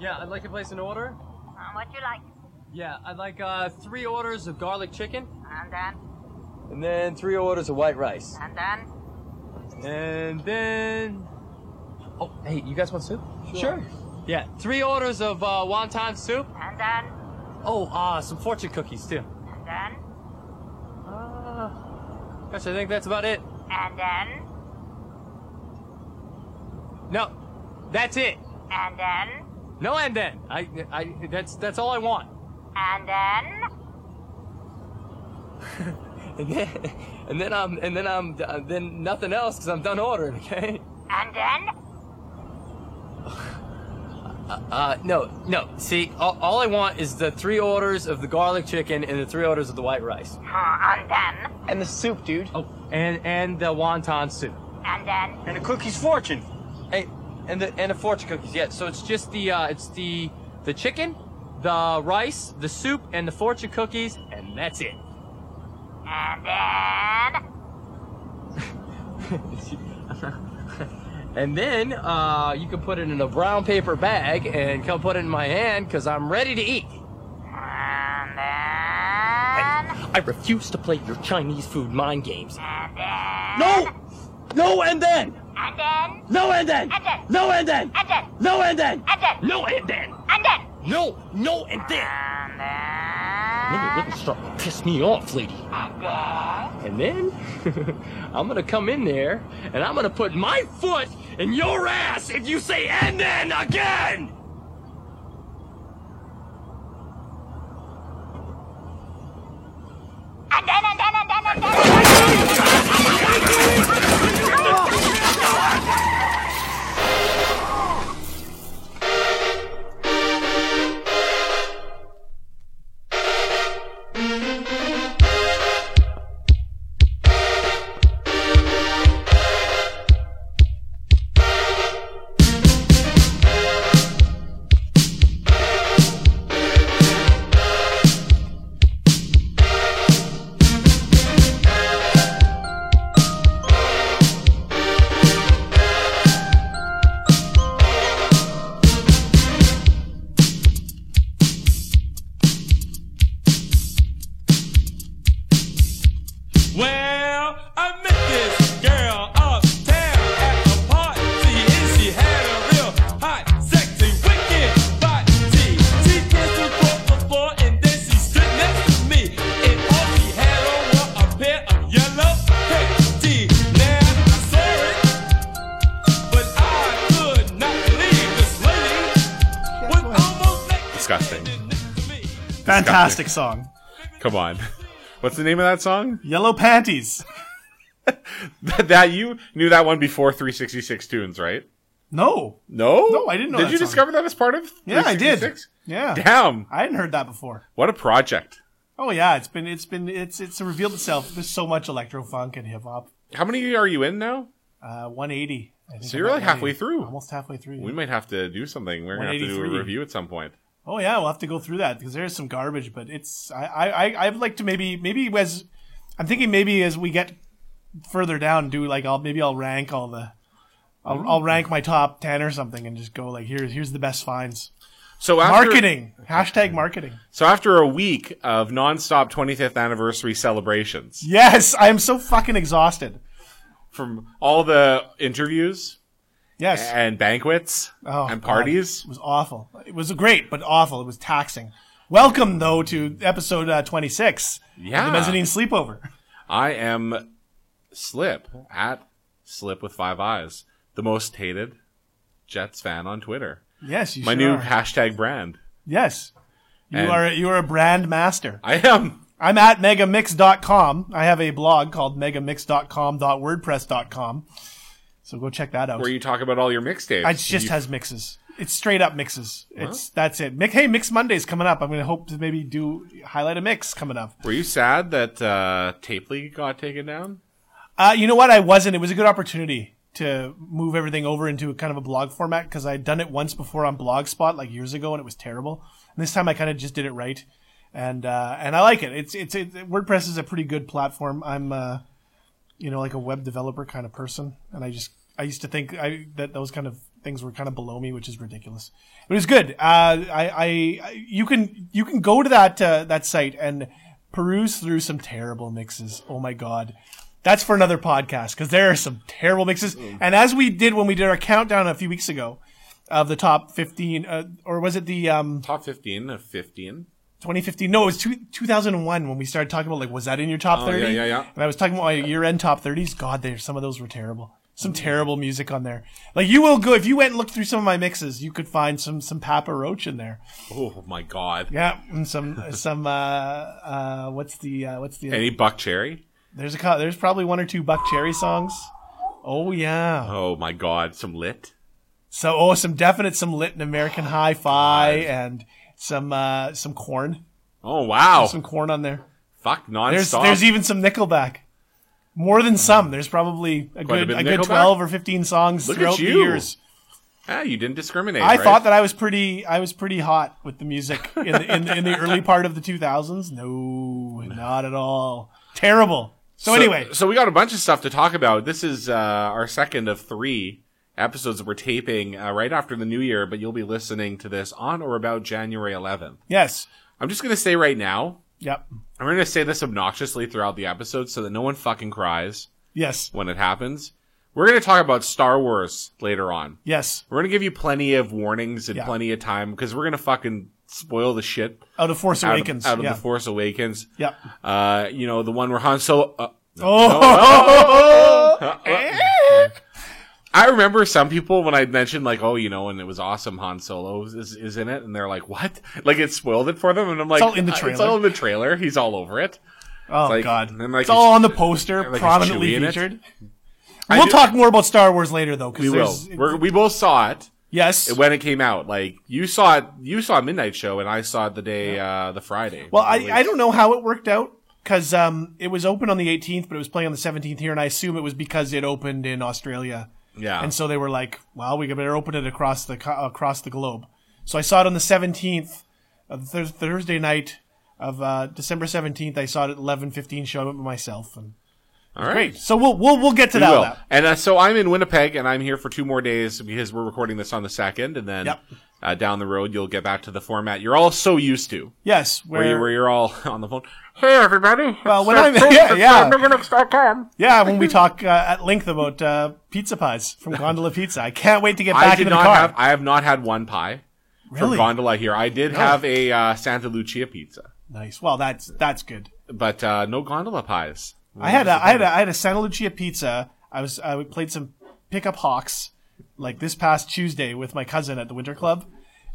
Yeah, I'd like to place an order. Uh, what you like. Yeah, I'd like uh, three orders of garlic chicken, And then, and then three orders of white rice, and then, and then. Oh, hey, you guys want soup? Sure. Yeah, three orders of uh, wonton soup. and then, Oh, uh, some fortune cookies too. and then, Uh, gosh, I think that's about it. and then, No, that's it. and then, No, and then I, I, that's that's all I want. and then. And then, and then I'm, and then I'm, uh, then nothing else because I'm done ordering. Okay. And then, Uh, no, no. See, all, all I want is the three orders of the garlic chicken and the three orders of the white rice. huh, and then, And the soup, dude. Oh, and and the wonton soup. and then, And a cookie's fortune. Hey, and the and the fortune cookies. Yeah. So it's just the uh, it's the the chicken, the rice, the soup, and the fortune cookies, and that's it. and then, and then uh, you can put it in a brown paper bag and come put it in my hand because I'm ready to eat. and then, I refuse to play your Chinese food mind games. and then. No! No and then! And then, No and then! And then. No and then! and then, No and then! and then, No, and then. and then, No, no, and then. and Then then. you're really starting to piss me off, lady. And then I'm gonna come in there and I'm gonna put my foot in your ass if you say and then again! And then, and then, and then, and then. Well, I met this girl uptown at a party, and she had a real hot, sexy, wicked body. She danced across the floor, and then she stood next to me, and all she had on was a pair of yellow panties. Now I saw it, but I could not believe this lady was almost naked. Disgusting. Fantastic song. Come on. What's the name of that song? Yellow panties. that you knew that one before 366 tunes, right? No. No, No, I didn't know Did that you song. discover that as part of? Yeah, I did. 366? Yeah. Damn, I hadn't heard that before. what a project! Oh yeah, it's been it's been it's it's revealed itself. There's so much electro funk and hip hop. How many are you in now? Uh, 180. I think So you're about like halfway 180. through. Almost halfway through. We might have to do something. We're gonna have to do a 183. review at some point. Oh yeah, we'll have to go through that because there's some garbage, but it's I I I- I'd like to maybe maybe as I'm thinking maybe as we get further down, do like I'll maybe I'll rank all the I'll, I'll rank my top ten or something and just go like here's here's the best finds So after, marketing hashtag marketing So after a week of nonstop 25th anniversary celebrations yes I am so fucking exhausted from all the interviews yes and banquets Oh, and God. parties, It was awful. It was great, but awful. It was taxing. Welcome though to episode uh, 26. Yeah. the mezzanine sleepover. I am Slip at Slip with five eyes, the most hated Jets fan on Twitter. Yes, you My sure new are. hashtag brand. yes. You And- are you are a brand master. I am. I'm at megamix.com. I have a blog called megamix.com.wordpress.com. So go check that out. Where you talk about all your mixtapes. it just You- has mixes. It's straight up mixes. It's that's it. Mick, hey, Mix Monday's coming up. I'm going to hope to maybe do highlight a mix coming up. Were you sad that uh, Tape League got taken down? Uh, you know what? I wasn't. It was a good opportunity to move everything over into a kind of a blog format because I had done it once before on Blogspot like years ago and it was terrible. And this time I kind of just did it right, and uh, and I like it. It's it's it, WordPress is a pretty good platform. I'm uh, you know like a web developer kind of person, and I just I used to think I that those kind of things were kind of below me, which is ridiculous. It was good. Uh, I, I, I- you can, you can go to that, uh, that site and peruse through some terrible mixes. Oh my God. That's for another podcast because there are some terrible mixes. And as we did when we did our countdown a few weeks ago of the top 15, uh, or was it the, um, Top 15 of 15. 2015. No, it was two, 2001 when we started talking about like, was that in your top yeah, 30? Oh, yeah, yeah. And I was talking about my year-end top 30s. God, there some of those were terrible. Some terrible music on there. Like you will go if you went and looked through some of my mixes, you could find some some Papa Roach in there. Oh my god. Yeah, and some some uh, uh, what's the uh, what's the Any Buck Cherry? there's a co- there's probably one or two Buck Cherry songs. Oh yeah. Oh my god. Some lit. So oh some definite some lit and American hi-fi and some uh, some corn Oh wow. some corn on there. Fuck There's nonstop. there's e- even some Nickelback. More than some. There's probably a Quite a good bit a, of good Nickelback? twelve or fifteen songs Look at throughout the you. years. ah, you didn't discriminate. I right? thought that I was pretty I was pretty hot with the music in the, in, the, in the early part of the 2000s. No, not at all. Terrible. So, anyway, so we got a bunch of stuff to talk about. This is uh, our second of three episodes that we're taping uh, right after the new year, but you'll be listening to this on or about January 11th. yes. I'm just gonna say right now, Yep. I'm gonna say this obnoxiously throughout the episode so that no one fucking cries Yes. when it happens. We're gonna talk about Star Wars later on. Yes. We're gonna give you plenty of warnings and Yeah. plenty of time because we're gonna fucking spoil the shit Out of Force out of, Awakens. out of yeah. the Force Awakens. Yep. Uh, you know the one where Han Solo. Uh, Oh. Eh? I remember some people when I mentioned like, oh, you know, and it was awesome. Han Solo is, is in it, and they're like, what? Like it spoiled it for them, and I'm like, all in the "Uh, It's trailer." all in the trailer. He's all over it. Oh like- god. and like it's all it's- on the poster, like it's Chewie prominently in it. featured. I We'll do- talk more about Star Wars later though We cuz will. We're, we both saw it Yes. when it came out. Like you saw it, you saw Midnight Show, and I saw it the day, uh, the Friday. Well, I, I don't know how it worked out because um, it was open on the 18th, but it was playing on the 17th here, and I assume it was because it opened in Australia, yeah. and so they were like, "Well, we better open it across the co- across the globe." So I saw it on the 17th, uh, Thurs Thursday night of uh, December 17th. I saw it at 11:15, showed up myself, and all right. so we'll we'll we'll get to We that. will. lap. And uh, so I'm in Winnipeg, and I'm here for two more days because we're recording this on the second, and then Yep. uh, down the road you'll get back to the format you're all so used to, Yes, where, you, where, where you're all on the phone. Hey everybody! Well, when It's, uh, Phil I'm- yeah, from yeah. StarMeganix.com. yeah, when we talk uh, at length about uh, pizza pies from Gondola Pizza. I can't wait to get I back did into the not car. have. I have not had one pie from really Gondola here. I did have a uh, Santa Lucia pizza, nice. Well, that's that's good. but uh, no Gondola pies. I had a, I had a, I had a Santa Lucia pizza. I was I played some pickup hawks like this past Tuesday with my cousin at the winter club,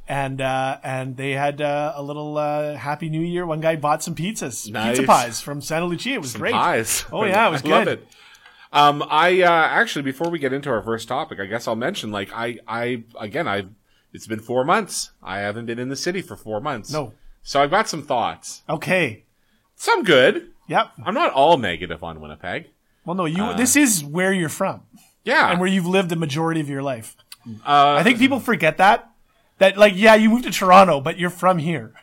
and uh, and they had uh, a little uh, Happy New Year. One guy bought some pizzas, Nice. pizza pies from Santa Lucia. It was great. pies. Oh, yeah, it was I Love good. it. Um, I uh, actually before we get into our first topic, I guess I'll mention like I I again I it's been four months. I haven't been in the city for four months. No. So I've got some thoughts. Okay. Some good. Yep. I'm not all negative on Winnipeg. Well, no, Uh. you. this is where you're from Yeah. and where you've lived the majority of your life. Uh, I think people forget that. That like yeah, you moved to Toronto, but you're from here.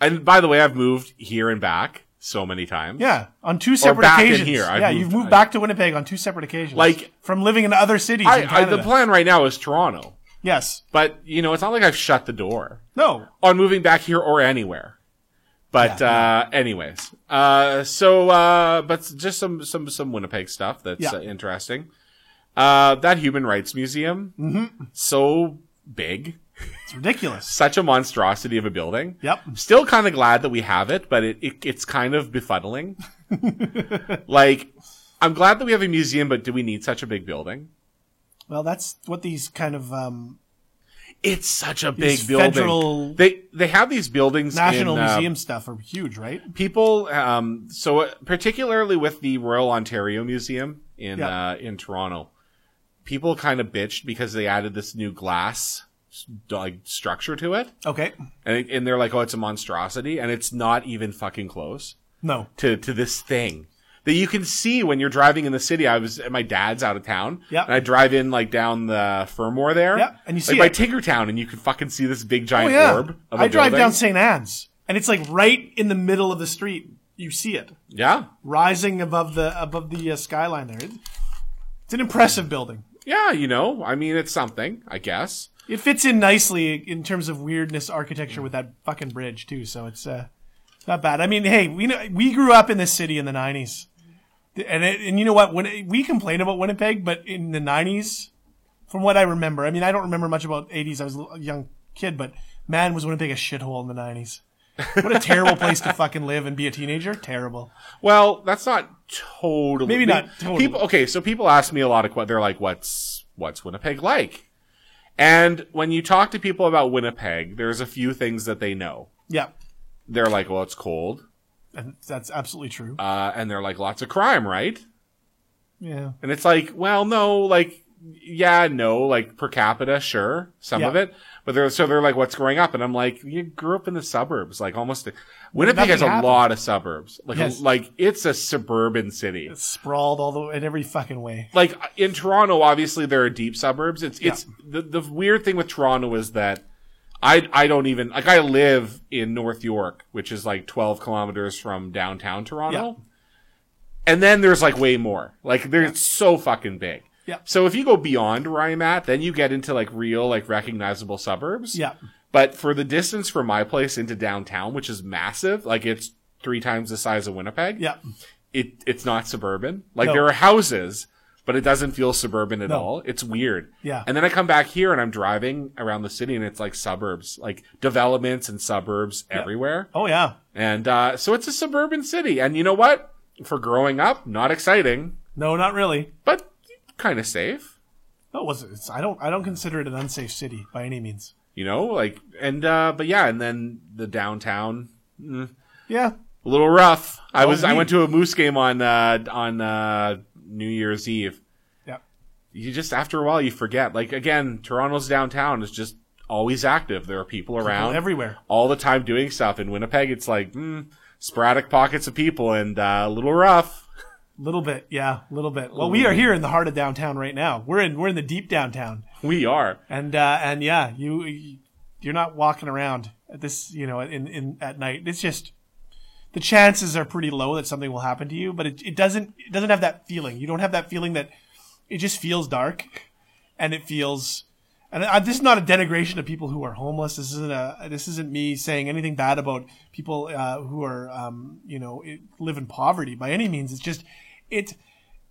and by the way, I've moved here and back so many times. Yeah, on two separate back in occasions. here. I've yeah, moved- you've moved I- back to Winnipeg on two separate occasions. Like- from living in other cities. in I, I Canada. the plan right now is Toronto, yes. but you know it's not like I've shut the door. No. on moving back here or anywhere. But uh, anyways, uh, so uh, but just some some some Winnipeg stuff that's Yeah. uh, interesting. Uh, that Human Rights Museum, Mm-hmm. so big, It's ridiculous. such a monstrosity of a building. Yep. Still kind of glad that we have it, but it, it it's kind of befuddling. like, I'm glad that we have a museum, but do we need such a big building? Well, that's what these kind of um, It's such a big These building. federal- They they have these buildings national in, uh, museum stuff are huge, right? people um so uh, particularly with the Royal Ontario Museum in Yeah. uh in Toronto people kind of bitched because they added this new glass s- like structure to it Okay. and it- and they're like oh it's a monstrosity and it's not even fucking close No. to to this thing that you can see when you're driving in the city. I was my dad's out of town, Yep. and I drive in like down the Fermor there, Yep, and you see like it. by Tinkertown, and you can fucking see this big Oh giant yeah. orb. Of a I drive building. down St. Anne's, and it's like right in the middle of the street. You see it yeah, rising above the above the uh, skyline there. It- It's an impressive building. Yeah, you know, I mean, it's something, I guess. It fits in nicely in terms of weirdness architecture with that fucking bridge too. So it's uh, not bad. I mean, hey, we know, we grew up in this city in the '90s, and it, and you know what? When we complain about Winnipeg, but in the '90s, from what I remember, I mean, I don't remember much about '80s. I was a little- a young kid, but man, was Winnipeg a shithole in the '90s. What a terrible place to fucking live and be a teenager. Terrible. Well, that's not totally. Maybe not totally. People, okay, so people ask me a lot of what they're like, "What's what's Winnipeg like?" And when you talk to people about Winnipeg, there's a few things that they know. Yeah, They're like, "Well, it's cold," and that's absolutely true. uh, and they're like, "Lots of crime, right?" yeah. And it's like, well, no, like, yeah, no, like per capita, sure, some Yeah. of it. But they're, so they're like, what's growing up? And I'm like, you grew up in the suburbs, like almost, Winnipeg nothing has a happened. lot of suburbs. Like, Yes. like it's a suburban city. Sprawled all the way in every fucking way. Like in Toronto, obviously there are deep suburbs. It's, it's the, the weird thing with Toronto is that I, I don't even, like I live in North York, which is like 12 kilometers from downtown Toronto. And then there's like way more. Like they're it's so fucking big. Yeah. So if you go beyond where I'm at, then you get into like real, like recognizable suburbs. Yeah. But for the distance from my place into downtown, which is massive, like it's three times the size of Winnipeg. Yeah. It it's not suburban. Like No. there are houses, but it doesn't feel suburban at all. It's weird. Yeah. And then I come back here and I'm driving around the city and it's like suburbs, like developments and suburbs everywhere. Oh yeah. And uh, so it's a suburban city. And you know what? For growing up, not exciting, No, not really. but kind of safe. No, it wasn't. It's, I don't. I don't consider it an unsafe city by any means. You know, like and uh, but yeah, and then the downtown Yeah, a little rough. I was I neat. went to a moose game on uh, on uh, New Year's Eve. Yep. You just after a while you forget. Like again, Toronto's downtown is just always active. There are people around everywhere. all the time doing stuff. In Winnipeg, it's like mm, sporadic pockets of people and uh, a little rough. Little bit. Yeah, little bit. Well, we are here in the heart of downtown right now. We're in. We're in the deep downtown, We are. and uh, and yeah, you you're not walking around at this. You know, in in at night. It's just the chances are pretty low that something will happen to you, but it, it doesn't. It doesn't have that feeling. You don't have that feeling that it just feels dark, and it feels. And I, this is not a denigration of people who are homeless. This isn't a. This isn't me saying anything bad about people uh, who are, um, you know, it, live in poverty by any means. It's just, it,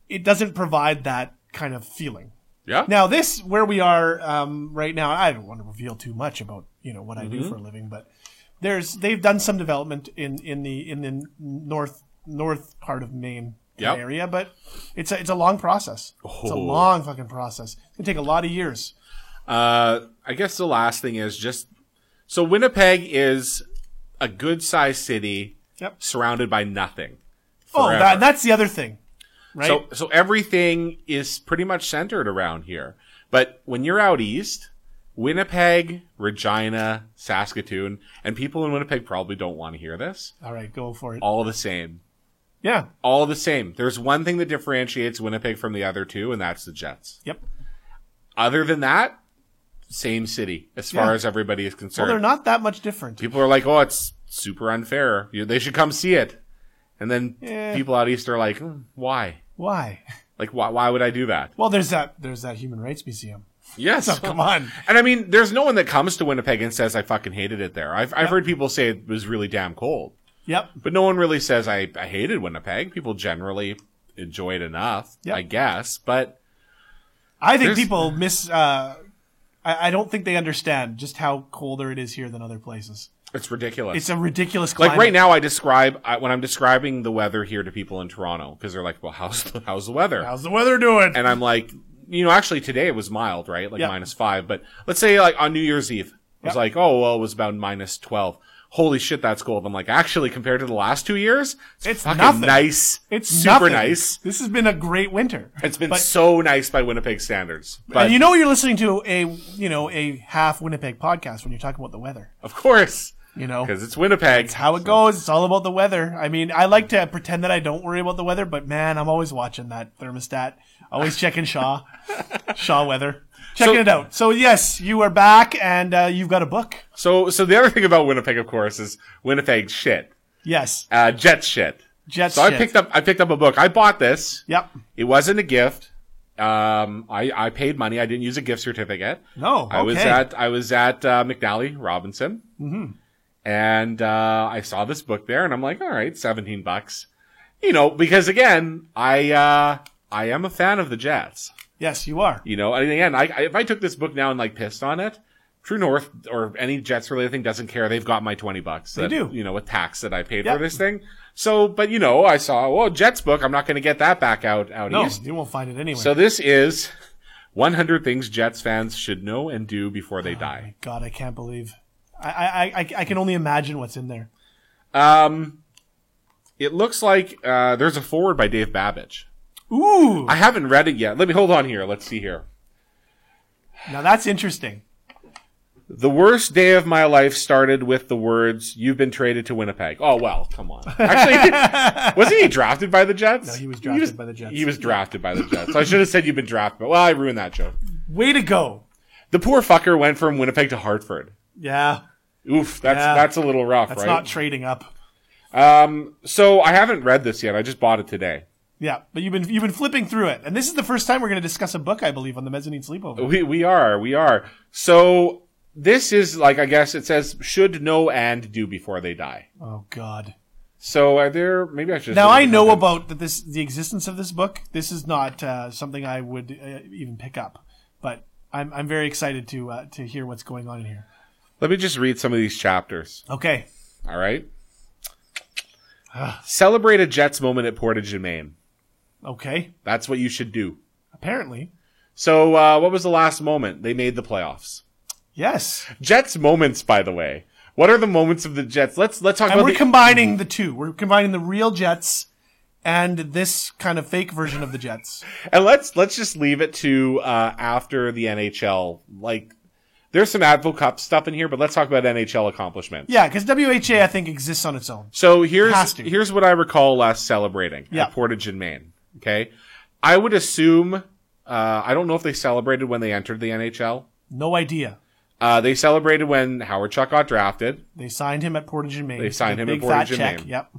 it doesn't provide that kind of feeling. Yeah. Now, this where we are um, right now. I don't want to reveal too much about you know what I Mm-hmm. do for a living, but there's they've done some development in in the in the north north part of Maine Yep. area, but it's a, it's a long process. It's a Oh. long fucking process. It's gonna take a lot of years. Uh, I guess the last thing is just so Winnipeg is a good sized city Yep. surrounded by nothing. Oh, forever. that, that's the other thing, right? So so everything is pretty much centered around here. But when you're out east, Winnipeg, Regina, Saskatoon, and people in Winnipeg probably don't want to hear this. All right, go for it. All the same. Yeah. All the same. There's one thing that differentiates Winnipeg from the other two, and that's the Jets. Yep. Other than that, same city as far Yeah. as everybody is concerned. Well, they're not that much different. people are like, "Oh, it's super unfair. You, they should come see it." And then Yeah. people out east are like, "Hmm, "Why? Why? Like, why, why would I do that?" Well, there's that there's that human rights museum. Yes, Oh, come on. And I mean, there's no one that comes to Winnipeg and says, "I fucking hated it there." I've, I've heard people say it was really damn cold, Yep. but no one really says, "I, I hated Winnipeg." People generally enjoy it enough, Yep. I guess. But I think There's- people miss. Uh, I, I don't think they understand just how colder it is here than other places. it's ridiculous. It's a ridiculous climate. like right now, I describe I, when I'm describing the weather here to people in Toronto because they're like, "Well, how's the, how's the weather?" How's the weather doing? and I'm like, you know, actually today it was mild, right? Like Yeah. minus five. But let's say like on New Year's Eve, it was Yeah. like, oh well, it was about minus twelve. Holy shit, that's cold. I'm like, actually, compared to the last two years, it's, It's fucking nothing. nice. It's super nothing. nice. This has been a great winter. It's been But- so nice by Winnipeg standards. But and you know you're listening to a you know a half Winnipeg podcast when you're talking about the weather. of course, You know because it's Winnipeg. how it goes. Oh. It's all about the weather. I mean, I like to pretend that I don't worry about the weather, but man, I'm always watching that thermostat. Always checking Shaw, Shaw weather, checking So- it out. So yes, you are back, and uh, you've got a book. So, so the other thing about Winnipeg, of course, is Winnipeg shit, Yes, uh, jet shit. Jets. So I picked up, I picked up a book. I bought this. Yep. It wasn't a gift. Um, I, I paid money. I didn't use a gift certificate. No, okay. I was at I was at uh, McNally Robinson, mm-hmm. and uh, I saw this book there, and I'm like, all right, seventeen bucks, you know, because again, I uh, I am a fan of the Jets, yes, you are. you know, and again, I, I if I took this book now and like pissed on it, True North or any Jets related thing doesn't care. They've got my twenty bucks. They do. you know, with tax that I paid Yep. for this thing. So, but you know, I saw well Jets book. I'm not going to get that back out out No, east. you won't find it anyway. So this is 100 things Jets fans should know and do before they die. God, I can't believe. I, I, I, I can only imagine what's in there. Um, it looks like uh, there's a forward by Dave Babbage. Ooh, I haven't read it yet. Let me hold on here. Let's see here. now that's interesting. The worst day of my life started with the words "You've been traded to Winnipeg." Oh well, come on. Actually, wasn't he drafted by the Jets? No, he was drafted by the Jets. He was drafted by the Jets. I should have said you've been drafted. But, well, I ruined that joke. Way to go. The poor fucker went from Winnipeg to Hartford. Yeah, Oof, that's Yeah. that's a little rough, that's right? not trading up. So I haven't read this yet. I just bought it today. Yeah, but you've been you've been flipping through it, and this is the first time we're going to discuss a book, I believe, on the mezzanine sleepover. We we are we are. So this is like I guess it says should know and do before they die. Oh God! So are there maybe I should Now I know about about that this the existence of this book. This is not uh, something I would uh, even pick up, but I'm I'm very excited to uh, to hear what's going on in here. Let me just read some of these chapters. Okay, All right. Celebrate a Jets moment at Portage and Maine. okay. That's what you should do. Apparently, So uh, what was the last moment they made the playoffs? yes. Jets moments, by the way. What are the moments of the Jets? Let's let's talk And about we're the combining the two. We're combining the real Jets and this kind of fake version of the Jets. and let's let's just leave it to uh, after the NHL. Like there's some Advo Cup stuff in here, but let's talk about NHL accomplishments. Yeah, because WHA I think exists on its own. So here's Has to. here's what I recall last celebrating Yeah. at Portage in Maine. Okay, I would assume uh, I don't know if they celebrated when they entered the NHL. No idea. Uh, they celebrated when Howard Chuck got drafted. They signed him at Portage and Maine. They signed The him at big Portage fat and check. Maine. Yep.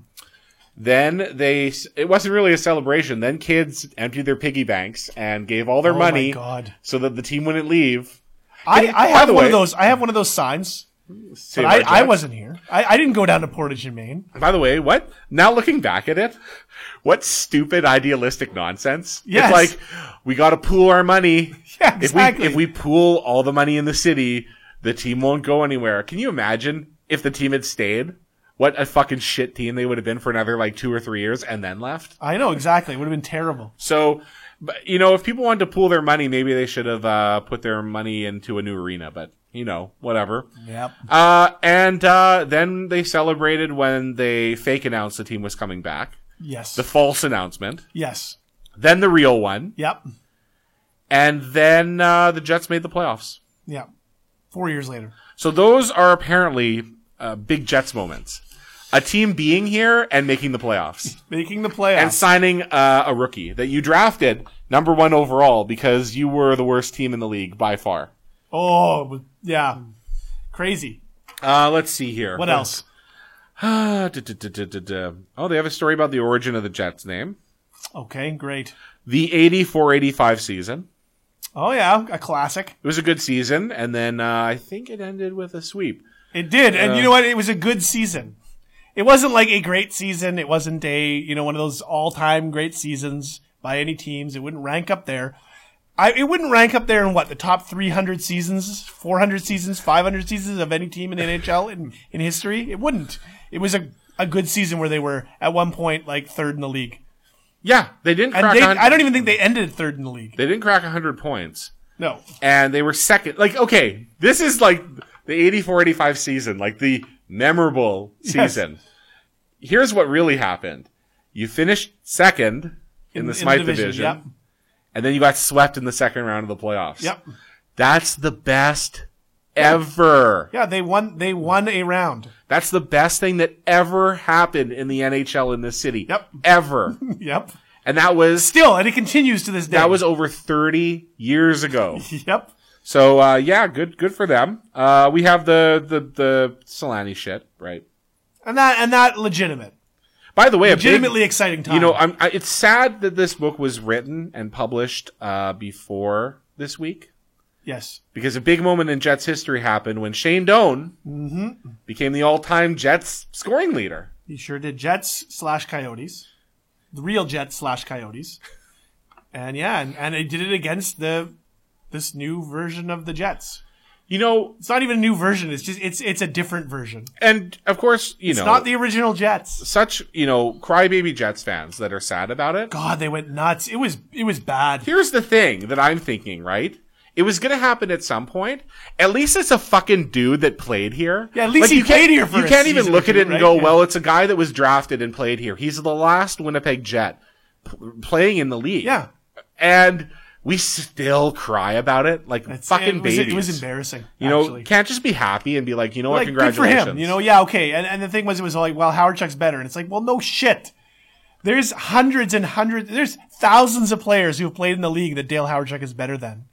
Then they it wasn't really a celebration. Then kids emptied their piggy banks and gave all their Oh my money God. so that the team wouldn't leave. I, I by have the one way- of those. I have one of those signs. Save But our I, I Jets. wasn't here. I, I didn't go down to Portage and Maine. By the way, what? Now looking back at it, what stupid idealistic nonsense. Yes. It's like, we gotta pool our money. Yeah, exactly. If we, if we pool all the money in the city, the team won't go anywhere. Can you imagine if the team had stayed? What a fucking shit team they would have been for another like two or three years and then left. I know exactly. It would have been terrible. So, but, you know, if people wanted to pool their money, maybe they should have, uh, put their money into a new arena, but you know, whatever. Yep. Uh, and, uh, then they celebrated when they fake announced the team was coming back Yes. the false announcement, yes. then the real one, Yep. and then uh, the Jets made the playoffs. Yep. Four years later. So those are apparently uh, big Jets moments. A team being here and making the playoffs Making the and playoffs. signing uh, a rookie that you drafted number one overall because you were the worst team in the league by far. oh, it was- yeah. Hmm. Crazy. Uh, let's see here. What else? Uh, duh, duh, duh, duh, duh, duh. Oh, they have a story about the origin of the Jets name. Okay, great. The 84 85 season. Oh, yeah. A classic. It was a good season, and then uh, I think it ended with a sweep. It did, and you know what? It was a good season. It wasn't like a great season. It wasn't a you know one of those all time great seasons by any teams. It wouldn't rank up there. I it wouldn't rank up there in what the top three hundred seasons, four hundred seasons, five hundred seasons of any team in the NHL in in history. It wouldn't. It was a a good season where they were at one point like third in the league, Yeah, they didn't. and crack they on- I don't e- even think they ended third in the league. They didn't crack 100 points. No, And they were second. Like, okay, this is like the 84 85 season, like the memorable season. Here's what really happened you finished second in, the Smythe division, Yep, and then you got swept in the second round of the playoffs. yep, That's the best ever. yeah. They won. They won a round. That's the best thing that ever happened in the NHL in this city. Yep. Ever. Yep. and that was. Still, and it continues to this day. That was over 30 years ago. Yep. So uh, yeah, good good for them. Uh, we have the the the Solani shit, right? and that and that legitimate. By the way, a big- Legitimately exciting time. you know, I'm, I, it's sad that this book was written and published uh, before this week yes. because a big moment in Jets history happened when Shane Doan Mm-hmm. became the all-time Jets scoring leader. He sure did. Jets slash Coyotes, the real Jets slash Coyotes, and yeah, and, and they did it against the this new version of the Jets. You know, It's not even a new version. It's just it's it's a different version. and of course, you know, It's not the original Jets. such you know crybaby Jets fans that are sad about it. God, they went nuts. It was it was bad. Here's the thing that I'm thinking, right? It was gonna happen at some point. At least it's a fucking dude that played here. Yeah, at least he you can't- played here for You a can't even season look or at two, it and right? go, Yeah. "Well, it's a guy that was drafted and played here. He's the last Winnipeg Jet p- playing in the league." Yeah, and we still cry about it like It's- fucking it was, babies. It was embarrassing. You know, actually. can't just be happy and be like, you know what? like good for congratulations. him. You know, yeah, okay. And and the thing was, it was like, well, Howard Chuck's better, and it's like, well, no shit. There's hundreds and hundreds. There's thousands of players who have played in the league that Dale Howard Chuck is better than.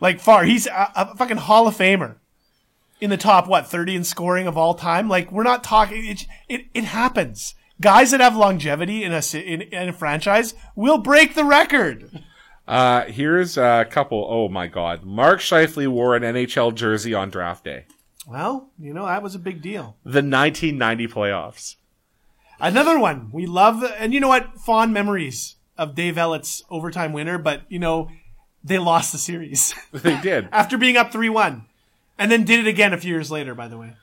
Like far, he's a, a fucking Hall of Famer in the top what thirty in scoring of all time. Like we're not talking. It it, it happens. Guys that have longevity in a si- in, in a franchise will break the record. Uh, here's a couple. Oh my God, Mark Shifley wore an NHL jersey on draft day, Well, you know that was a big deal. the 1990 playoffs. Another one we love, and you know what? Fond memories of Dave Ellett's overtime winner, but you know they lost the series They did. after being up three-one, and then did it again a few years later. By the way,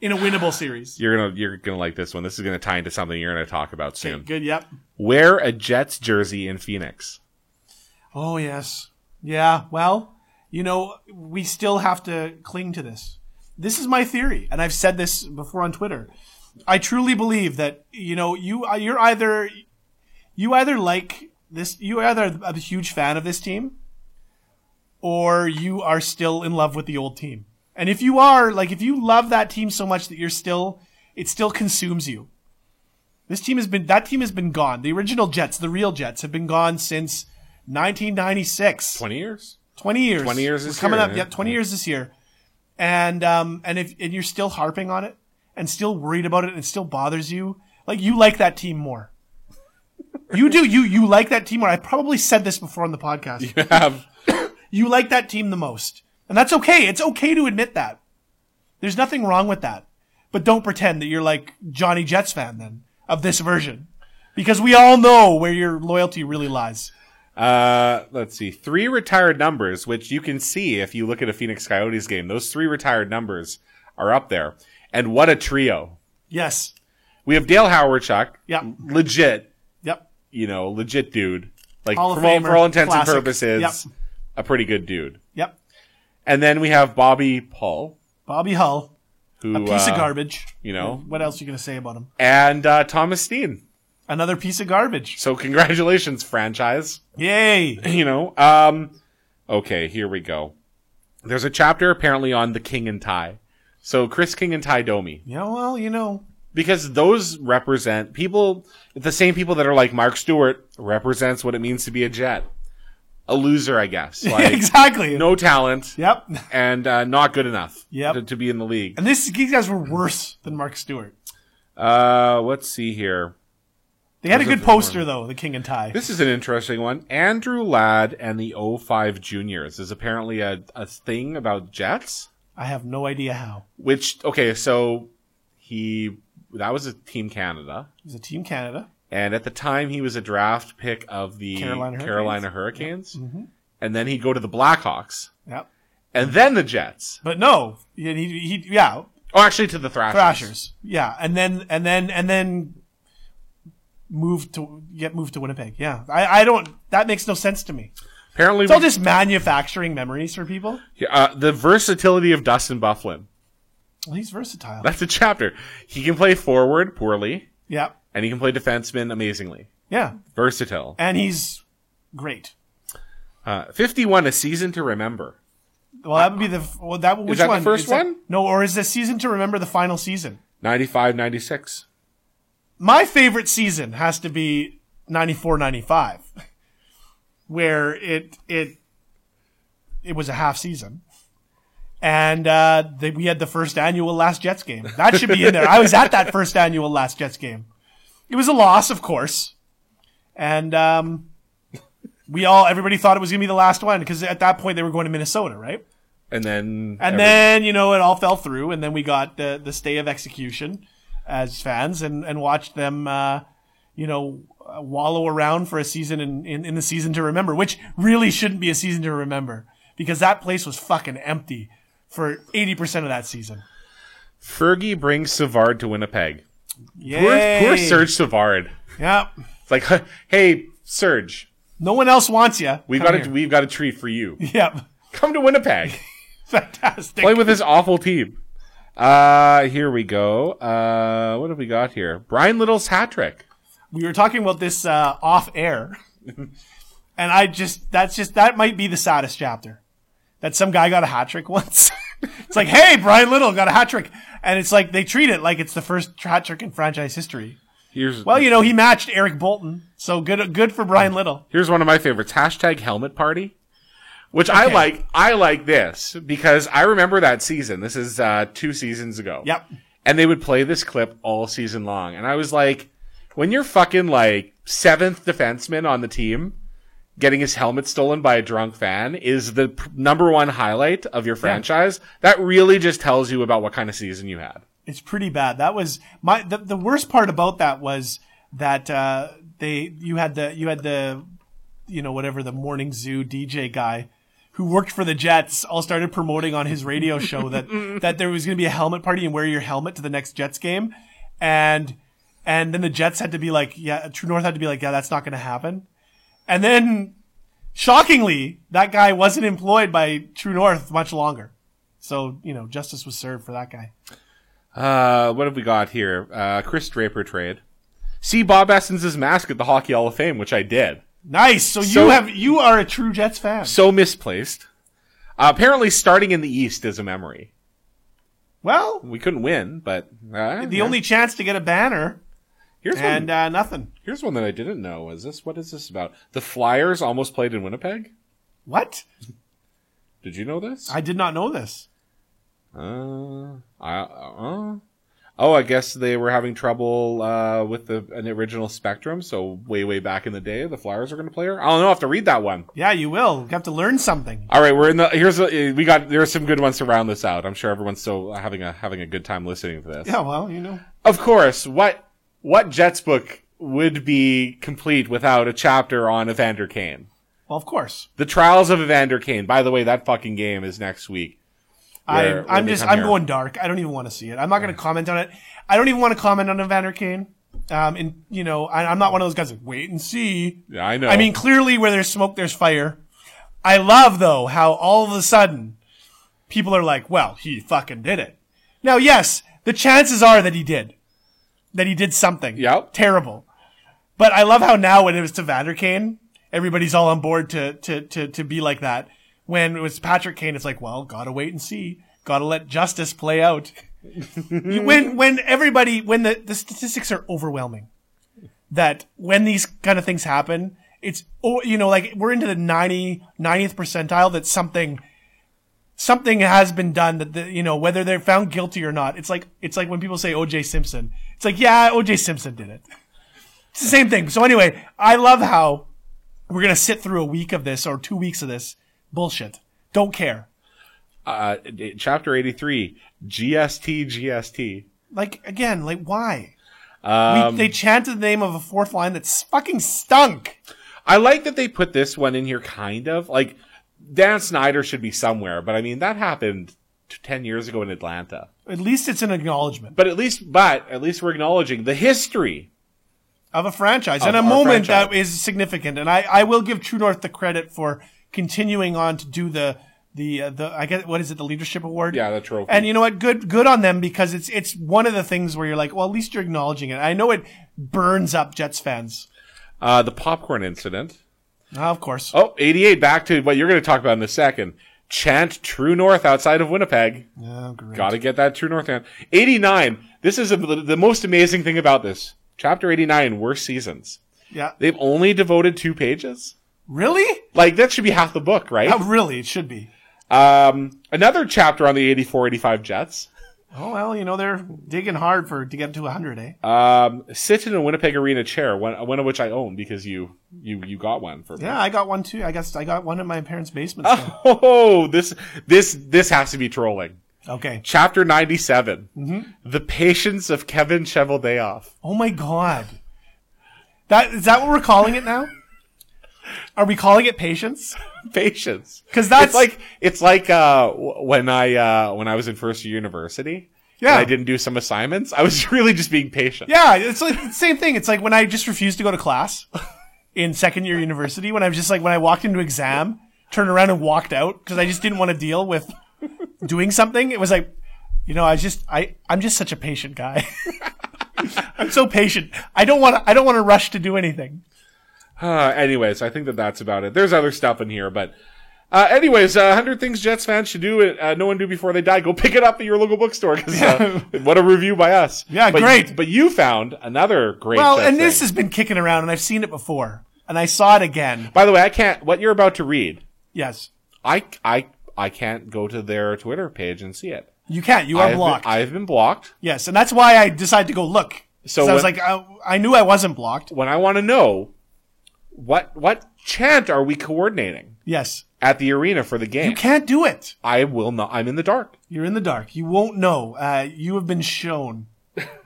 in a winnable series. You're gonna you're gonna like this one. This is gonna tie into something you're gonna talk about soon. Good. Yep. Wear a Jets jersey in Phoenix. Oh yes. Yeah. Well, you know we still have to cling to this. This is my theory, and I've said this before on Twitter. I truly believe that you know you uh, you're either you either like this you either a huge fan of this team or you are still in love with the old team. And if you are, like if you love that team so much that you're still it still consumes you. This team has been that team has been gone. The original Jets, the real Jets have been gone since 1996. Twenty years. 20 years. 20 years We're this coming year, up. yeah. Yep, 20 years this year. And um and if and you're still harping on it and still worried about it and it still bothers you, like you like that team more. you do. You you like that team more. I probably said this before on the podcast. Have You like that team the most. And that's okay. It's okay to admit that. There's nothing wrong with that. But don't pretend that you're like Johnny Jets fan then of this version. Because we all know where your loyalty really lies. Uh, let's see. Three retired numbers, which you can see if you look at a Phoenix Coyotes game. Those three retired numbers are up there. And what a trio. Yes. We have Dale Howard Chuck. Yep. Legit, Yep. you know, legit dude. Like, Hall of for all, Famer, for all intents classic. and purposes, Yep. a pretty good dude. Yep. And then we have Bobby Paul, Bobby Hull. who, A piece uh, of garbage. you know, What else are you going to say about him? and uh, Thomas Steen. Another piece of garbage. So, congratulations, franchise. Yay. you know, um, okay, here we go. There's a chapter apparently on the King and Ty. So, Chris King and Ty Domi. Yeah, well, you know. because those represent people the same people that are like mark stewart represents what it means to be a jet a loser i guess like exactly. no talent Yep. and uh, not good enough Yep. to, to be in the league And this, these guys were worse than Mark Stewart. uh, let's see here They had a Those are good the ones. poster, though, the King and Tie. this is an interesting one andrew ladd and the 05 juniors is apparently a, a thing about jets I have no idea how. which okay so he that was a team canada It was a Team Canada. And at the time, he was a draft pick of the Carolina Carolina Hurricanes. Hurricanes. Mm-hmm. And then he'd go to the Blackhawks. Yep. And then the Jets. But no, he, he, he yeah, Oh, actually, to the Thrashers. Thrashers. Yeah, and then and then and then move to get moved to Winnipeg. Yeah, I, I don't. That makes no sense to me. Apparently, It's all just manufacturing memories for people. uh, the versatility of Dustin Bufflin. Well, he's versatile. That's a chapter. He can play forward poorly, Yeah, and he can play defenseman amazingly. yeah, Versatile. and he's great. Uh, 51, a season to remember. Well, that would be the well, that which that the one? first Is that- one? no, or is the season to remember the final season? 95, 96. my favorite season has to be 94 95 where it it it was a half season and uh they, we had the first annual last jets game that should be in there i was at that first annual last jets game it was a loss, of course, and um, we all everybody thought it was gonna be the last one because at that point they were going to Minnesota, right? and then And every- then you know it all fell through, and then we got the the stay of execution as fans, and and watched them, uh, you know, uh, wallow around for a season in, in in the season to remember, which really shouldn't be a season to remember because that place was fucking empty for eighty percent of that season. Fergie brings Savard to Winnipeg. Poor, Yay. poor Serge Savard. Yeah, It's like, hey, Serge, no one else wants you. we've got a, we've got a treat for you. Yep. Come to Winnipeg. Fantastic. Play with this awful team. Uh, here we go. Uh, what have we got here? Brian Little's hat trick. we were talking about this uh, off air, and I just that's just that might be the saddest chapter. That some guy got a hat trick once. it's like, hey, Brian Little got a hat trick, and it's like they treat it like it's the first hat trick in franchise history. Here's Well, you know, he matched Eric Bolton, so good good for Brian Little. here's one of my favorites. Hashtag helmet party. Which I like, I like this because I remember that season. This is uh, two seasons ago. Yep. And they would play this clip all season long, and I was like, when you're fucking like seventh defenseman on the team, getting his helmet stolen by a drunk fan is the p- number one highlight of your franchise. That really just tells you about what kind of season you had. It's pretty bad. That was my the, the worst part about that was that uh, they you had the you had the you know whatever the morning zoo DJ guy who worked for the Jets all started promoting on his radio show that that there was going to be a helmet party and wear your helmet to the next Jets game and and then the Jets had to be like yeah True North had to be like yeah that's not going to happen and then shockingly that guy wasn't employed by True North much longer so you know justice was served for that guy Uh, what have we got here? Uh, Chris Draper trade. See Bob Essens' mask at the Hockey Hall of Fame, which I did. Nice. So, So- you have you are a true Jets fan. so misplaced. Uh, apparently, starting in the East is a memory. well, We couldn't win, but uh, the yeah. only chance to get a banner here's and one. uh, nothing. here's one that I didn't know. Is this what is this about? The Flyers almost played in Winnipeg. What? Did you know this? I did not know this. uh, I, uh, oh, I guess they were having trouble uh, with the an original Spectrum. So way, way back in the day, the Flyers are going to play her. I don't know. I have to read that one. Yeah, you will. You have to learn something. All right, we're in the here's a, we got there's some good ones to round this out. I'm sure everyone's so having a having a good time listening to this. Yeah, well, you know. of course, what what Jets book would be complete without a chapter on Evander Kane? Well, of course. The Trials of Evander Kane. By the way, that fucking game is next week. Where- I, when I'm they just come I'm here. going dark. I don't even want to see it. I'm not going to comment on it. I don't even want to comment on Evander Kane. Um, and you know, I, I'm not one of those guys that wait and see. Yeah, I know. I mean, clearly where there's smoke, there's fire. I love though how all of a sudden people are like, "Well, he fucking did it." Now, yes, the chances are that he did, that he did something. Yep. Terrible. But I love how now when it was to Vander Kane, everybody's all on board to to to to be like that. When it was Patrick Kane, it's like, well, gotta wait and see. Gotta let justice play out. You- when when everybody when the, the statistics are overwhelming that when these kind of things happen, it's oh, you know like we're into the 90 90th percentile that something something has been done that the, you know whether they're found guilty or not. It's like it's like when people say O.J. Simpson. It's like yeah, O.J. Simpson did it. It's the same thing. So anyway, I love how we're gonna sit through a week of this or two weeks of this bullshit. Don't care. uh, d- chapter eighty three, GST GST. Like again, like why? we, they chanted the name of a fourth line that's fucking stunk. I like that they put this one in here, kind of like Dan Snyder should be somewhere, but I mean that happened t- ten years ago in Atlanta. At least it's an acknowledgement But at least, but at least we're acknowledging the history. of a franchise and a our moment franchise. that is significant. And I, I will give True North the credit for continuing on to do the the uh, the I guess what is it the leadership award? Yeah, the trophy. And you know what? Good good on them because it's it's one of the things where you're like, well, at least you're acknowledging it. I know it burns up Jets fans. uh, the popcorn incident. Ah, of course. Oh, 88, back to what you're going to talk about in a second. Chant True North outside of Winnipeg. Oh, great. Got to get that True North down. 89. This is a, the most amazing thing about this. Chapter 89, Worst Seasons. Yeah. They've only devoted two pages. Really? Like, that should be half the book, Yeah, right? really, it should be. Um, another chapter on the 84 85 Jets. Oh well, you know they're digging hard for to get to hundred, eh? Um, sit in a Winnipeg Arena chair, one, one of which I own because you you you got one for me. yeah, I got one too. I guess I got one in my parents' basement. so- Oh, this this this has to be trolling. Okay. Chapter 97 Mm-hmm. The Patience of Kevin Cheveldayoff. Oh my god. That is that what we're calling it now? Are we calling it patience? Patience, 'Cause that's- it's like it's like uh, w- when I uh, when I was in first year university. Yeah. and I didn't do some assignments. I was really just being patient. Yeah, it's like the same thing. It's like when I just refused to go to class in second year university when I was just like when I walked into exam, turned around and walked out because I just didn't want to deal with doing something. It was like, you know, I just I I'm just such a patient guy. I'm so patient. I don't want to, I don't want to rush to do anything. Uh, anyways, I think that that's about it. There's other stuff in here, but uh, anyways, uh, 100 things Jets fans should do and uh, no one do before they die. Go pick it up at your local bookstore 'cause, uh, what a review by us. Yeah, But- great. But you found another great. Well, Jet and this thing. has been kicking around and I've seen it before and I saw it again. by the way, I can't. What you're about to read, Yes. I I I can't go to their Twitter page and see it. You can't. You are I've blocked. Been, I've been blocked. yes, and that's why I decided to go look. So So I was when- like, I, I knew I wasn't blocked. When I want to know what what chant are we coordinating Yes, at the arena for the game, you can't do it. I will not. I'm in the dark. You're in the dark. You won't know. Uh, you have been shown.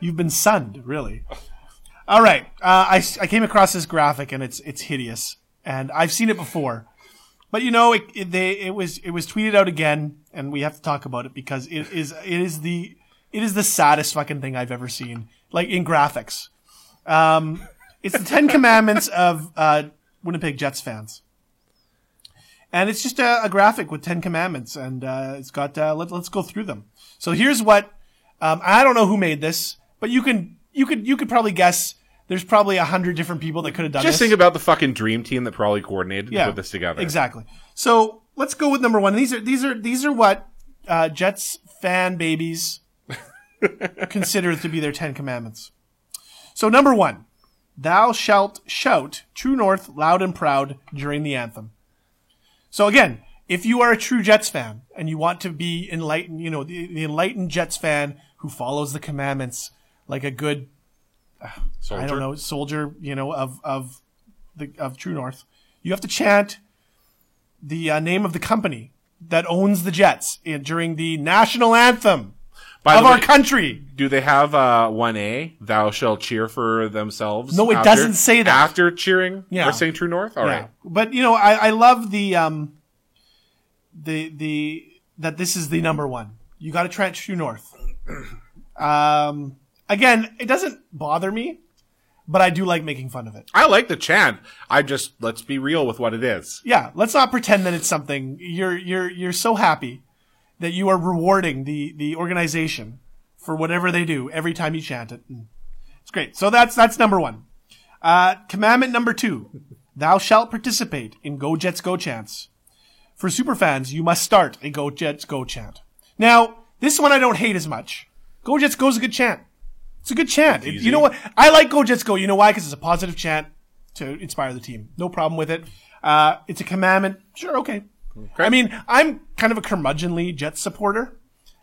You've been sunned, really. All right. Uh, I, s- I came across this graphic and it's it's hideous, and I've seen it before, but you know it, it they it was it was tweeted out again, and we have to talk about it because it is it is the it is the saddest fucking thing I've ever seen, like in graphics. Um, it's the Ten Commandments of uh, Winnipeg Jets fans. And it's just a, a graphic with Ten Commandments, and uh, it's got. Uh, let, let's go through them. So here's what um, I don't know who made this, but you can you could you could probably guess. There's probably a hundred different people that could have done Just this. think about the fucking dream team that probably coordinated to Yeah, put this together. exactly. So let's go with number one. These are these are these are what uh, Jets fan babies consider to be their Ten Commandments. So number one, thou shalt shout true north loud and proud during the anthem. So again, if you are a true Jets fan and you want to be enlightened, you know, the, the enlightened Jets fan who follows the commandments like a good, I don't know, soldier, you know, of, of the, of true north, you have to chant the uh, name of the company that owns the Jets in, during the national anthem By of the our way, country. do they have uh, 1A, thou shall cheer for themselves? No, it after- doesn't say that. After cheering Yeah. or saying True North? All right. Yeah. But you know, I, I love the um the the that this is the number one. You gotta try it true north. Um again, it doesn't bother me, but I do like making fun of it. I like the chant. I just, let's be real with what it is. Yeah, let's not pretend that it's something. You're you're you're so happy that you are rewarding the the organization for whatever they do every time you chant it. And It's great. So that's that's number one. Uh, commandment number two: Thou shalt participate in Go Jets Go chants. For superfans, you must start a Go Jets Go chant. Now, this one I don't hate as much. Go Jets Go is a good chant. It's a good chant. It- you know what? I like Go Jets Go. You know why? Because it's a positive chant to inspire the team. No problem with it. Uh, it's a commandment. Sure, okay. I mean, I'm kind of a curmudgeonly Jets supporter.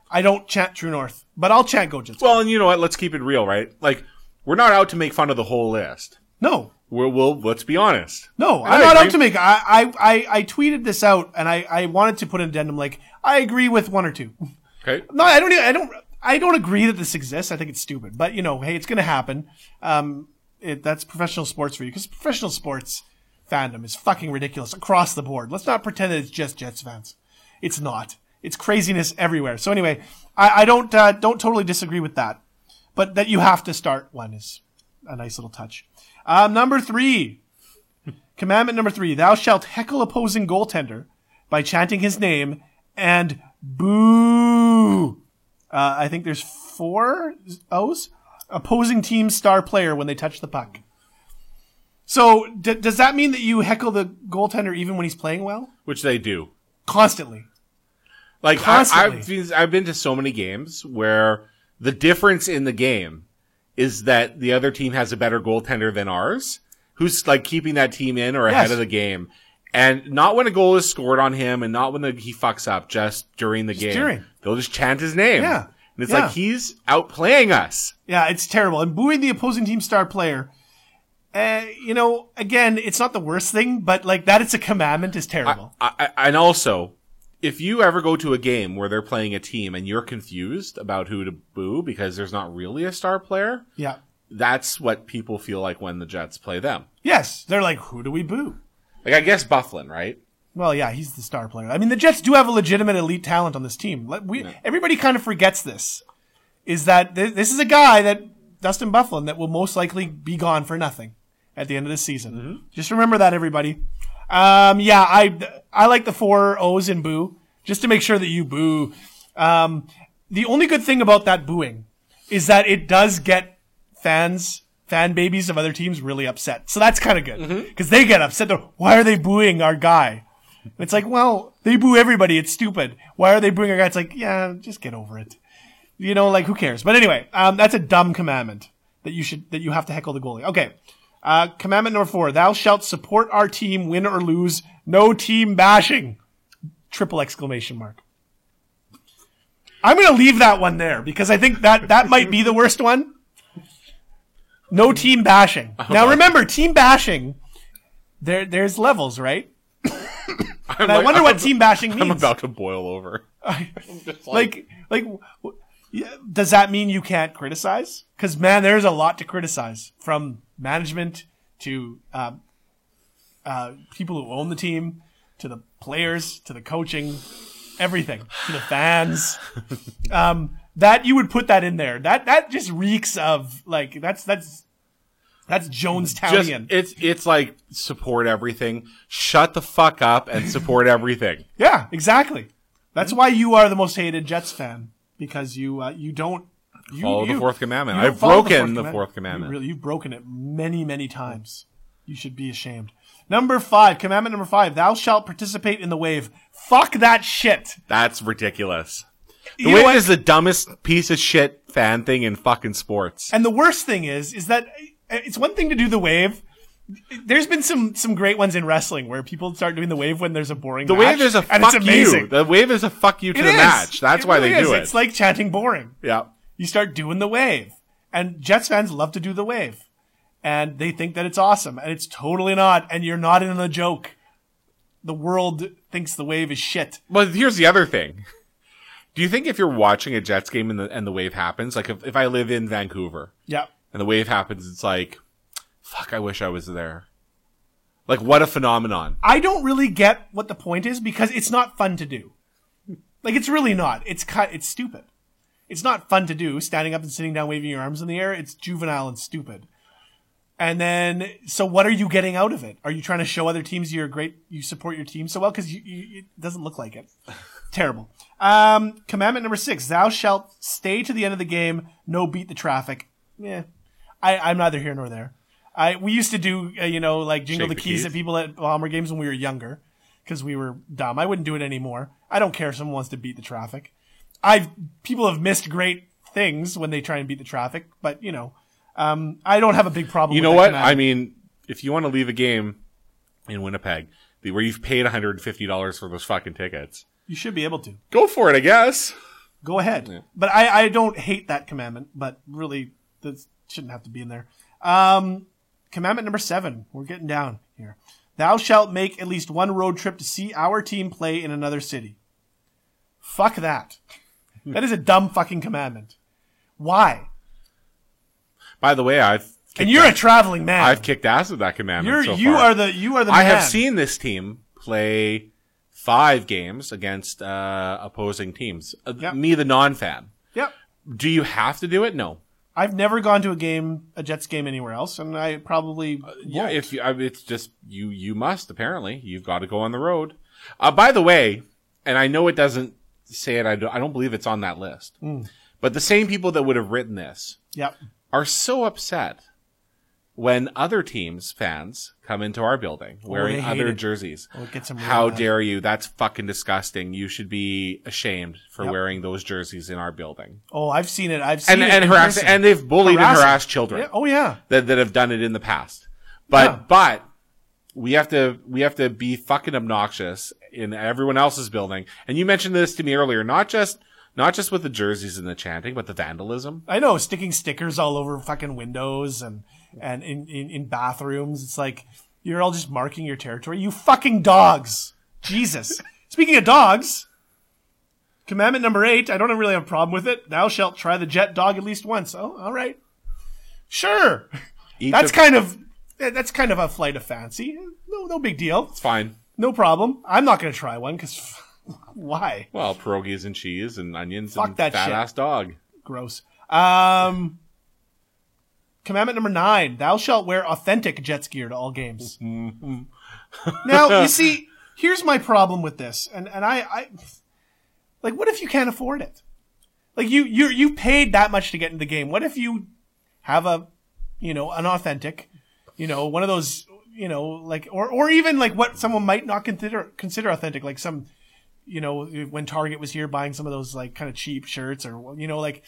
I don't chant True North, but I'll chant Go Jets. Go. Well, and you know what? Let's keep it real, right? Like, we're not out to make fun of the whole list. No, We're, we'll, let's be honest. No, I I'm not agree. out to make. I, I, I, I tweeted this out, and I, I wanted to put an addendum like I agree with one or two. Okay. No, I don't. e- I don't. I don't agree that this exists. I think it's stupid, but you know, hey, it's going to happen. Um, it, that's professional sports for you because professional sports fandom is fucking ridiculous across the board. Let's not pretend that it's just Jets fans. It's not. It's craziness everywhere. So anyway, I, I don't uh, don't totally disagree with that, but that you have to start one is a nice little touch. Um, number three, commandment number three: Thou shalt heckle opposing goaltender by chanting his name and boo. Uh, I think there's four O's. Opposing team star player when they touch the puck. So d- does that mean that you heckle the goaltender even when he's playing well? Which they do. Constantly. Like I, Constantly. I've been- I've been to so many games where the difference in the game is that the other team has a better goaltender than ours, who's like keeping that team in or ahead Yes. of the game, and not when a goal is scored on him, and not when the, he fucks up, just during the game. during. They'll just chant his name. Yeah. And And it's Yeah. like he's outplaying us. Yeah, it's terrible. And booing the opposing team star player. Uh, you know, again, it's not the worst thing, but like that, it's a commandment is terrible. I, I, and also, if you ever go to a game where they're playing a team and you're confused about who to boo because there's not really a star player, yeah. that's what people feel like when the Jets play them. Yes, they're like, who do we boo? Like I guess Bufflin, right? Well, yeah, he's the star player. I mean, the Jets do have a legitimate elite talent on this team. Let- We, Everybody kind of forgets this. Is that th- this is a guy that Dustin Bufflin that will most likely be gone for nothing at the end of this season. Just remember that, everybody. Um, yeah, I I like the four O's in boo just to make sure that you boo. Um, the only good thing about that booing is that it does get fans, fan babies of other teams really upset. So that's kind of good because they get upset. They're, Why are they booing our guy? It's like, well, they boo everybody. It's stupid. Why are they booing our guy? It's like, yeah, just get over it. You know, like who cares? But anyway, um, that's a dumb commandment that you should that you have to heckle the goalie. Okay, uh, commandment number four: Thou shalt support our team, win or lose. No team bashing. Triple exclamation mark. I'm gonna leave that one there because I think that that might be the worst one. No team bashing. Now remember, team bashing. There, there's levels, right? I'm And I like- wonder I'm what ab- team bashing means. I'm about to boil over. like, like, w- yeah, does that mean you can't criticize? Because man, there's a lot to criticize from management to um, uh, people who own the team to the players to the coaching, everything to the fans. um, that you would put that in there. That that just reeks of like that's that's that's Just Jonestownian. it's it's like support everything. Shut the fuck up and support everything. Yeah, exactly. That's Hmm? why you are the most hated Jets fan because you uh, you don't you, Follow the you- fourth commandment. you don't I've follow broken the fourth commandment. You really, you've broken it many many times. You should be ashamed. Number five, commandment number five: Thou shalt participate in the wave. Fuck that shit. That's ridiculous. The You know wave what? is the dumbest piece of shit fan thing in fucking sports. And the worst thing is, is that uh, it's one thing to do the wave. There's been some some great ones in wrestling where people start doing the wave when there's a boring. The wave is a and fuck it's amazing. you. The wave is a fuck you to It the is. match. That's It why really they do is. it. It's like chanting boring. yeah. you start doing the wave. And Jets fans love to do the wave. And they think that it's awesome. And it's totally not. And you're not in the joke. The world thinks the wave is shit. Well, here's the other thing. Do you think if you're watching a Jets game and the and the wave happens, like if, if I live in Vancouver Yeah. and the wave happens, it's like, fuck, I wish I was there. Like what a phenomenon. I don't really get what the point is because it's not fun to do. Like it's really not. It's cut it's stupid. It's not fun to do standing up and sitting down waving your arms in the air. It's juvenile and stupid. And then so what are you getting out of it? Are you trying to show other teams you're great you support your team so well cuz you, you, it doesn't look like it. Terrible. Um commandment number 6, thou shalt stay to the end of the game, no beat the traffic. Yeah. I I'm neither here nor there. I we used to do uh, you know like jingle Shake the the, keys keys. at people at bomber games when we were younger because we were dumb. I wouldn't do it anymore. I don't care if someone wants to beat the traffic. I've people have missed great things when they try and beat the traffic, but you know, um, I don't have a big problem. You with know what? that command. I mean, if you want to leave a game in Winnipeg the- where you've paid $150 for those fucking tickets, you should be able to go for it, I guess. go ahead. But I, I don't hate that commandment, but really that shouldn't have to be in there. Um, commandment number seven. We're getting down here. Thou shalt make at least one road trip to see our team play in another city. Fuck that. Hmm. That is a dumb fucking commandment. Why? By the way, I've kicked, And you're a traveling man. I've kicked ass with that commandment You're, so you far. are the you are the. I have man. seen this team play five games against uh, opposing teams. Uh, Yep. Me, the non-fan. Yep. Do you have to do it? No. I've never gone to a game, a Jets game anywhere else, and I probably Yeah, if you, I mean, it's just you, you must apparently. You've got to go on the road. Uh, by the way, and I know it doesn't say it. I don't, I don't believe it's on that list. Hmm. But the same people that would have written this Yep. are so upset when other teams' fans come into our building wearing Oh, they hate other it. Oh, jerseys. it gets 'em real How bad. dare you? That's fucking disgusting. You should be ashamed for Yep. wearing those jerseys in our building. Oh, I've seen it. I've seen And it and in harass person. and they've bullied and Harassing. harassed children Yeah, oh yeah. that, that have done it in the past. But Yeah. but we have to we have to be fucking obnoxious in everyone else's building. And you mentioned this to me earlier, not just Not just with the jerseys and the chanting, but the vandalism. I know, sticking stickers all over fucking windows and and in, in, in bathrooms. It's like you're all just marking your territory. You fucking dogs. Jesus. Speaking of dogs, commandment number eight, I don't really have a problem with it. Thou shalt try the jet dog at least once. Oh, all right. Sure. Each That's of- kind of that's kind of a flight of fancy. No no big deal. it's fine. No problem. I'm not gonna try one because why? Well, pierogies and cheese and onions Fuck and that fat shit. ass dog. Gross. Um, commandment number nine: Thou shalt wear authentic Jets gear to all games. now you see, here's my problem with this, and and I, I, like, what if you can't afford it? Like you you you paid that much to get into the game. What if you have a, you know, an authentic, you know, one of those, you know, like or or even like what someone might not consider consider authentic, like some. You know, when Target was here buying some of those like kind of cheap shirts, or you know, like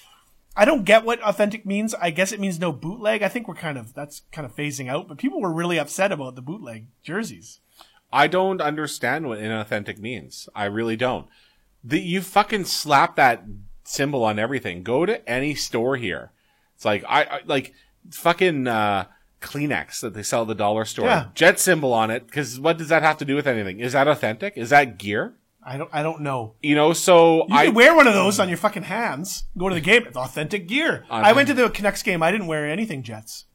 I don't get what authentic means. I guess it means no bootleg. I think we're kind of that's kind of phasing out, but people were really upset about the bootleg jerseys. I don't understand what inauthentic means. I really don't. The, you fucking slap that symbol on everything. Go to any store here. It's like I, I like fucking uh, Kleenex that they sell at the dollar store. Yeah. Jet symbol on it. Because what does that have to do with anything? Is that authentic? Is that gear? I don't I don't know. You know. So You I could wear one of those on your fucking hands. Go to the game. It's authentic gear. I went to the Canucks game. I didn't wear anything Jets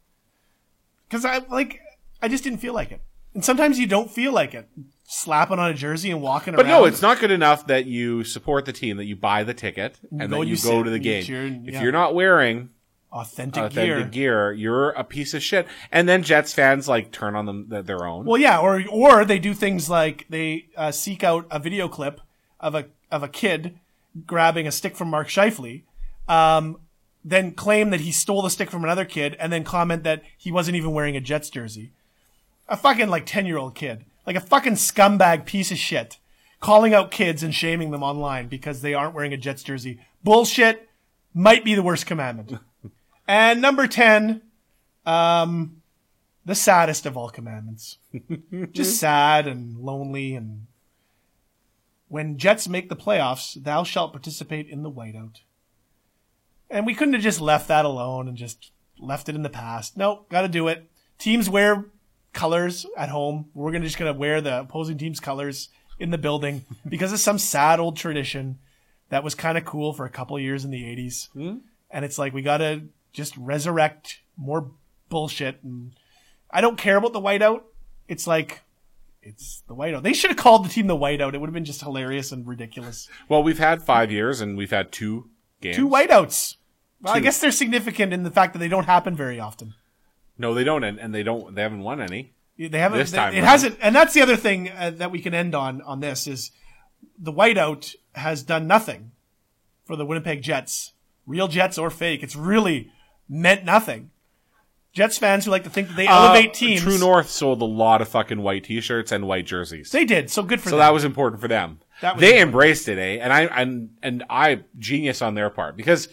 because I like I just didn't feel like it. And sometimes you don't feel like it. Slapping on a jersey and walking But around. no, it's not good enough that you support the team, that you buy the ticket, and go, then you, you go sit, to the you game. cheer, and- if yeah. you're not wearing authentic, gear. authentic gear. you're a piece of shit. And then Jets fans like turn on them th- their own. Well, yeah, or or they do things like they uh, seek out a video clip of a of a kid grabbing a stick from Mark Shifley, um, then claim that he stole the stick from another kid, and then comment that he wasn't even wearing a Jets jersey. A fucking like ten year old kid, like a fucking scumbag piece of shit, calling out kids and shaming them online because they aren't wearing a Jets jersey. Bullshit. Might be the worst commandment. and number ten, um, the saddest of all commandments just sad and lonely and when jets make the playoffs thou shalt participate in the whiteout and we couldn't have just left that alone and just left it in the past no gotta do it teams wear colors at home we're gonna just gonna wear the opposing team's colors in the building because of some sad old tradition that was kind of cool for a couple years in the 80s and it's like we gotta just resurrect more bullshit and i don't care about the whiteout it's like it's the whiteout. They should have called the team the whiteout. It would have been just hilarious and ridiculous. Well, we've had five years and we've had two games. Two whiteouts. Well, I Two. guess they're significant in the fact that they don't happen very often. no, they don't, and, and they don't. They haven't won any. They haven't. This they- time it around. hasn't. And that's the other thing uh, that we can end on on this is the whiteout has done nothing for the Winnipeg Jets, real Jets or fake. It's really meant nothing. Jets fans who like to think that they elevate Uh, teams. True North sold a lot of fucking white T-shirts and white jerseys, They did so good for so them. that was important for them. That was they important. embraced it, eh? And I and and I genius on their part because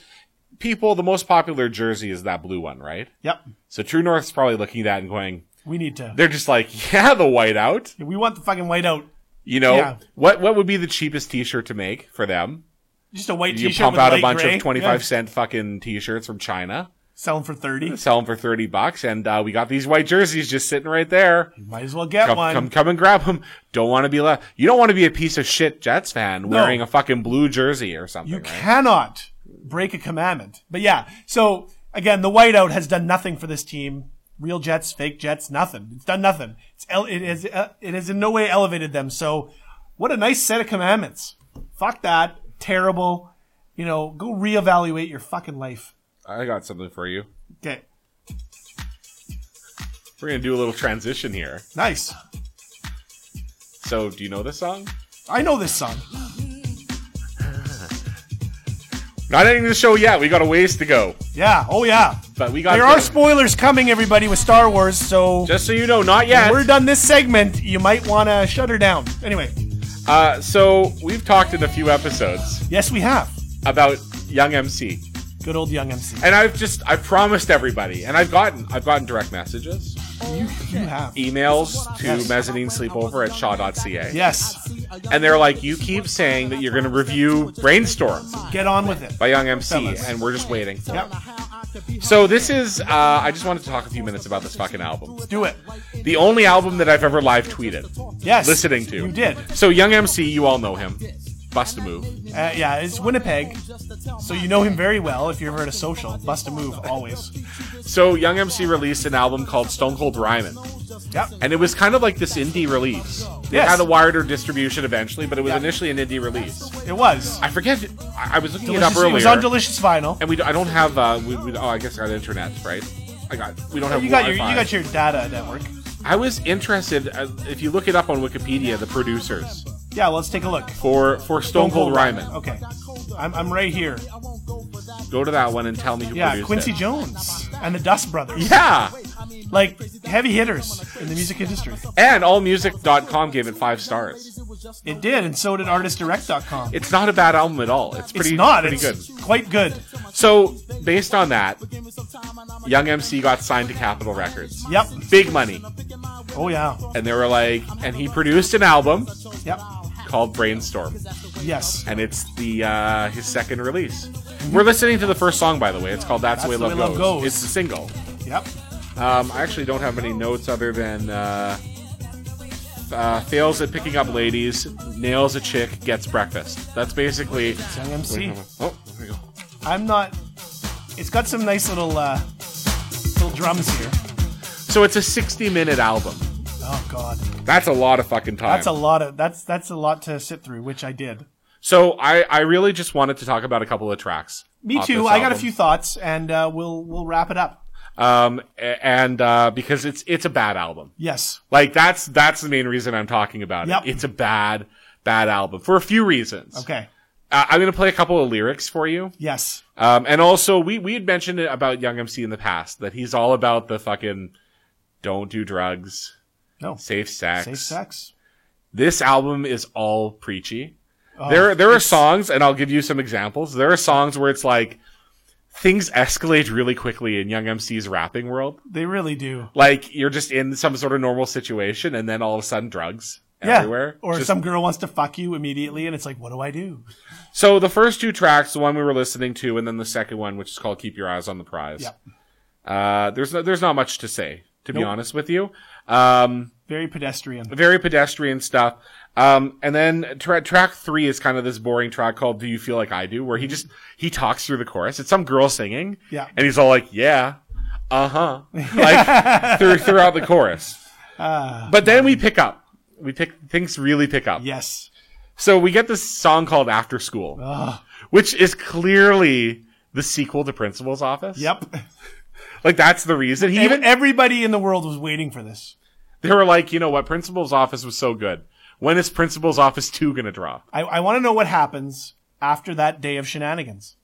people, the most popular jersey is that blue one, right? yep. So True North's probably looking at that and going, We need to. they're just like, yeah, the whiteout. We want the fucking whiteout. You know, Yeah. what what would be the cheapest T-shirt to make for them? Just a white You T-shirt. pump with out a light bunch gray. of twenty-five Yeah. cent fucking T-shirts from China, Sell them for thirty. sell them for thirty bucks, and uh, we got these white jerseys just sitting right there. Might as well get Come, one. come, come and grab them. Don't want to be left. You don't want to be a piece of shit Jets fan wearing a fucking blue jersey or something. you right? cannot break a commandment. But yeah, so again, the whiteout has done nothing for this team. Real Jets, fake Jets, nothing. It's done nothing. It's el- it has uh, it has in no way elevated them. So, what a nice set of commandments. Fuck that. Terrible. You know, go reevaluate your fucking life. I got something for you. Okay. We're gonna do a little transition here. Nice. So, do you know this song? I know this song. Not ending the show yet. We got a ways to go, Yeah. Oh yeah. but we got There are spoilers coming, everybody, with Star Wars. So just so you know, not yet. when we're done this segment. You might want to shut her down. Anyway. Uh, so we've talked in a few episodes. Yes, we have. about Young MC. Good old young MC. And I've just I promised everybody, and I've gotten I've gotten direct messages. You, you have. emails to mezzaninesleepover at shaw.ca. Yes. And they're like, you keep saying that you're going to review Brainstorm Get on with it. by Young MC, Fellas. and we're just waiting. Yep. So this is, uh, I just wanted to talk a few minutes about this fucking album. Do it. The only album that I've ever live tweeted. Yes. Listening to. You did. So Young MC, you all know him. Bust a move. Uh, yeah, it's Winnipeg. So you know him very well if you're ever at a social. Bust a move, always. So Young MC released an album called Stone Cold Ryman. Yep. And it was kind of like this indie release. It Yes. had a wider distribution eventually, but it was Yeah. initially an indie release. It was. I forget. I, I was looking Delicious- it up earlier. it was on Delicious Vinyl. and we do- I don't have uh we, we, oh I guess I got internet right I got we don't have Oh, You got your you Wi-Fi. got your data network. I was interested uh, if you look it up on Wikipedia the producers Yeah, well, let's take a look. for for Stone, Cold Ryman Okay. I'm, I'm right here. go to that one and tell me who Oh. Yeah, produced Quincy it. Jones and the Dust Brothers. yeah Like heavy hitters in the music industry. and allmusic.com gave it five stars It did, and so did artistdirect.com. it's not a bad album at all it's pretty it's not. pretty it's good quite good. so based on that Young MC got signed to Capitol Records Yep. big money Oh yeah. and they were like and he produced an album Yep. called Brainstorm Yes. and it's the uh, his second release. We're listening to the first song, by the way. It's called "That's, the Way, Love, Goes. It's the single. Yep. Um, I actually don't have any notes other than uh, uh, fails at picking up ladies, nails a chick, gets breakfast. That's basically. Young MC. Oh, there we go. I'm not. It's got some nice little uh, little drums here. So it's a 60-minute album. Oh God, That's a lot of fucking time. that's a lot of that's that's a lot to sit through, which I did. so I, I really just wanted to talk about a couple of tracks. Me off too. this I got a album. few thoughts, and uh, we'll we'll wrap it up. Um, a- and uh, because it's it's a bad album. Yes. Like that's that's the main reason I'm talking about it. Yep. It's a bad bad album for a few reasons. Okay. Uh, I'm gonna play a couple of lyrics for you, Yes. um, and also we we had mentioned it about Young MC in the past that he's all about the fucking don't do drugs, No. safe sex. Safe sex. This album is all preachy. Oh, there there are songs, and I'll give you some examples. There are songs where it's like things escalate really quickly in Young MC's rapping world. They really do. Like you're just in some sort of normal situation, and then all of a sudden drugs Yeah. everywhere. Or Just- some girl wants to fuck you immediately, and it's like, what do I do? So the first two tracks, the one we were listening to, and then the second one, which is called "Keep Your Eyes on the Prize." Yep. Uh, there's no, there's not much to say, to be Nope. honest with you. Um, Very pedestrian. very pedestrian stuff. Um, and then tra- track three is kind of this boring track called "Do You Feel Like I Do," where he just he talks through the chorus. It's some girl singing, Yeah. and he's all like, "Yeah, uh huh," like through, throughout the chorus. Ah. but then we pick up. We pick things really pick up. Yes. So we get this song called After School, which is clearly the sequel to Principal's Office. Yep. Like that's the reason. He Even even everybody in the world was waiting for this. they were like, you know what, Principal's Office was so good. When is Principal's Office 2 gonna drop? I, I want to know what happens after that day of shenanigans.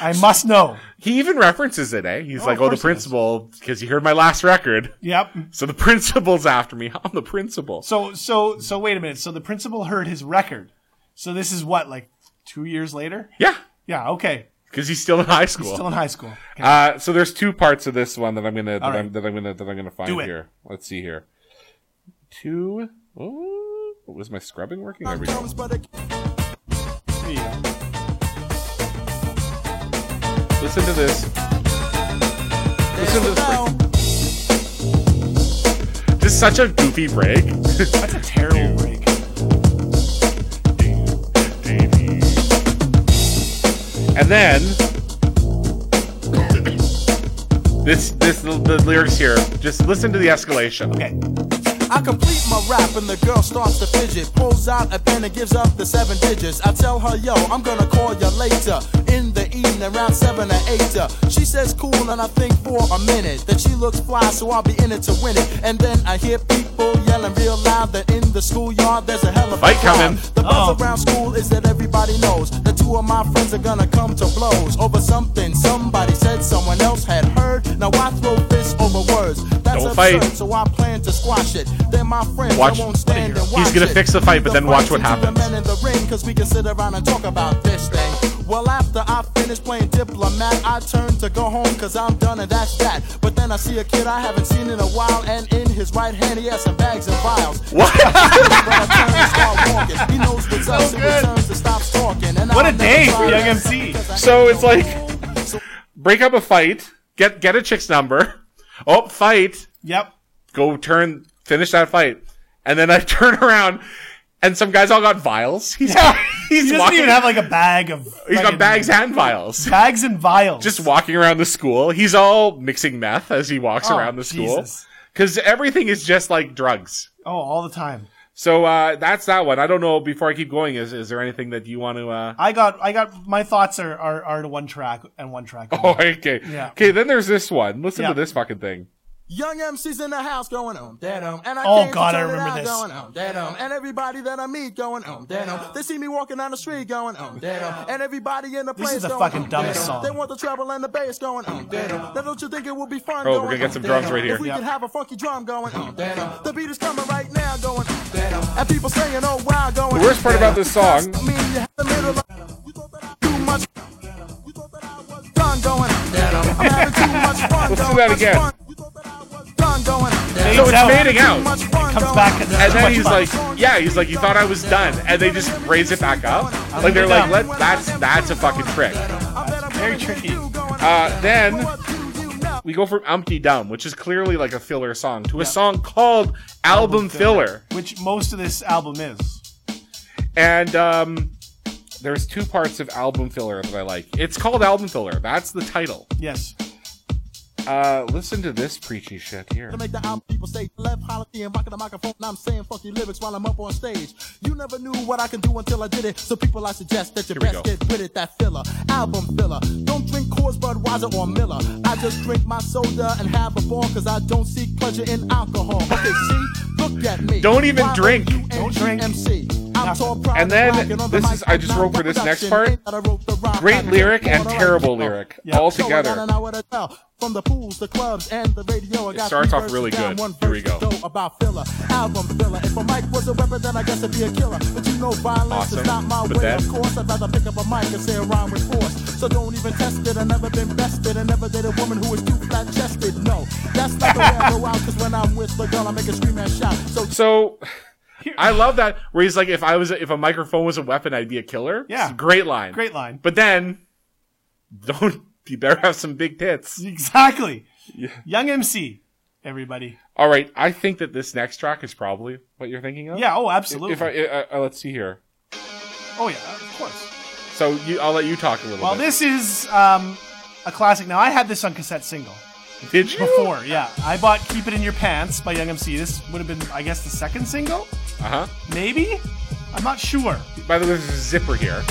I must know. He even references it, eh? He's like, of oh, the course he does. principal, because he heard my last record. Yep. So the principal's after me. I'm the principal. So so so wait a minute. So the principal heard his record. So this is what like two years later. Yeah, Yeah. Okay. because he's still in high school. Still in high school. Okay. Uh, so there's two parts of this one that I'm gonna that, right. I'm, that I'm gonna that I'm gonna find Do it. here. Let's see here. Two. Oh, was my scrubbing working? There we go. Here you go. Listen to this. Listen to this. Break. Just such a goofy break. That's a terrible break. and then this this the, the lyrics here. Just listen to the escalation. Okay. I complete my rap and the girl starts to fidget. Pulls out a pen and gives up the seven digits. I tell her, yo, I'm gonna call you later. In the evening, around seven or eight. uh. She says cool and I think for a minute that she looks fly, so I'll be in it to win it. And then I hear people yelling real loud that in the schoolyard there's a hell of a Fight crowd. coming. The buzz Oh. around school is that everybody knows that two of my friends are gonna come to blows over something somebody said someone else had heard. Now I throw fists over words. That's it's Don't absurd, fight. so I plan to squash it. They're my friends, Watch- I won't stand and He's watch gonna it. fix the fight, but then watch what fights happens. between the men in the ring, cause we can sit around and talk about this thing. Well, after I finish playing diplomat, I turn to go home, cause I'm done and that's that. But then I see a kid I haven't seen in a while, and in his right hand he has some bags and vials. What? He knows what's up, so he turns and stops talking. And What I'll a day never for try Young that MC. because I So ain't it's no like- fool. So Break up a fight. Get get a chick's number. Oh, fight. Yep. Go turn. Finish that fight. And then I turn around, and some guys all got vials. He's he's He doesn't walking. even have like a bag of. he's got fucking bags and vials. bags and vials. Just walking around the school. He's all mixing meth as he walks Oh, around the school. Jesus. Because everything is just like drugs. oh, all the time. So uh, that's that one. I don't know. Before I keep going, is is there anything that you want to? Uh... I got, I got. My thoughts are are, are to one track and one track. Oh, only. okay. Yeah. Okay. Then there's this one. Listen Yeah. to this fucking thing. Young MC's in the house going on, dead on. And I Oh, came to God, I turn it remember out this. Going on, dead on. And everybody that I meet going on, dead on. They see me walking down the street going on, dead on. And everybody in the place is the going fucking on, dumbest dead on. song. They want the treble and the bass going on, dead on. Now don't you think it would be fun? Oh, we're going gonna get on, some dead drums on? right here. If we Yeah. could have a funky drum going on, dead on. The beat is coming right now going on, dead on. And people saying, oh wow, going The worst part on, dead about on. this song- I mean, you had the middle of- you thought that I do much. You thought that I was done going on, dead on. I'm having too much fun Let's do going that much again. fun. You thought that I was done going on, dead on. So Fades it's out. fading out. Comes Comes back and, And then much he's fun. like, yeah, he's like, you thought I was done. And they just raise it back up. Like, they're like, let, that's, that's a fucking trick. very tricky. Uh, then we go from Umpty Dumb, which is clearly like a filler song, to a song called Album Filler. which most of this album is. And, um, there's two parts of Album Filler that I like. It's called Album Filler. That's the title. Yes. Uh, listen to this preachy shit here. To make the album, people stay left hollering and rocking the microphone. And I'm saying funky lyrics while I'm up on stage. You never knew what I can do until I did it. So people, I suggest that you we best go. get with it. That filler, album filler. Don't drink Coors, Budweiser, or Miller. I just drink my soda and have a ball because I don't seek pleasure in alcohol. Okay, see, look at me. Don't even drink. Don't drink. MC. I'm tall, proud, And then rocking on the this is- mic I just with wrote for my this next production. part. Ain't that I wrote the rock, I Great did lyric it. and All right. terrible lyric Yeah. all So I got together. an hour to tell. From the pools, the clubs, and the radio. I got starts three off verses really down, good. One Here we verse go. to About filler, album filler. If a mic was a weapon, then I guess it'd be a killer. But you know, violence Awesome. is not my But way. that- Of course, I'd rather pick up a mic and say a rhyme with force. So don't even test it. I've never been bested, and never did a woman who was too flat chested. No, that's not the way I go out. Cause when I'm with the girl, I make a scream and shout. So So I love that where he's like, if I was if a microphone was a weapon, I'd be a killer. Yeah. It's a great line. Great line. But then don't you better have some big tits. Exactly. Young MC, everybody. All right, I think that this next track is probably what you're thinking of. Yeah. Oh, If, absolutely. if I, uh, uh, let's see here. oh yeah, of course. So you, I'll let you talk a little Well, bit. this is um, a classic. Now I had this on cassette single Did you? before. Yeah, I bought "Keep It in Your Pants" by Young MC. This would have been, I guess, the second single, Uh huh. maybe. I'm not sure. By the way, there's a zipper here.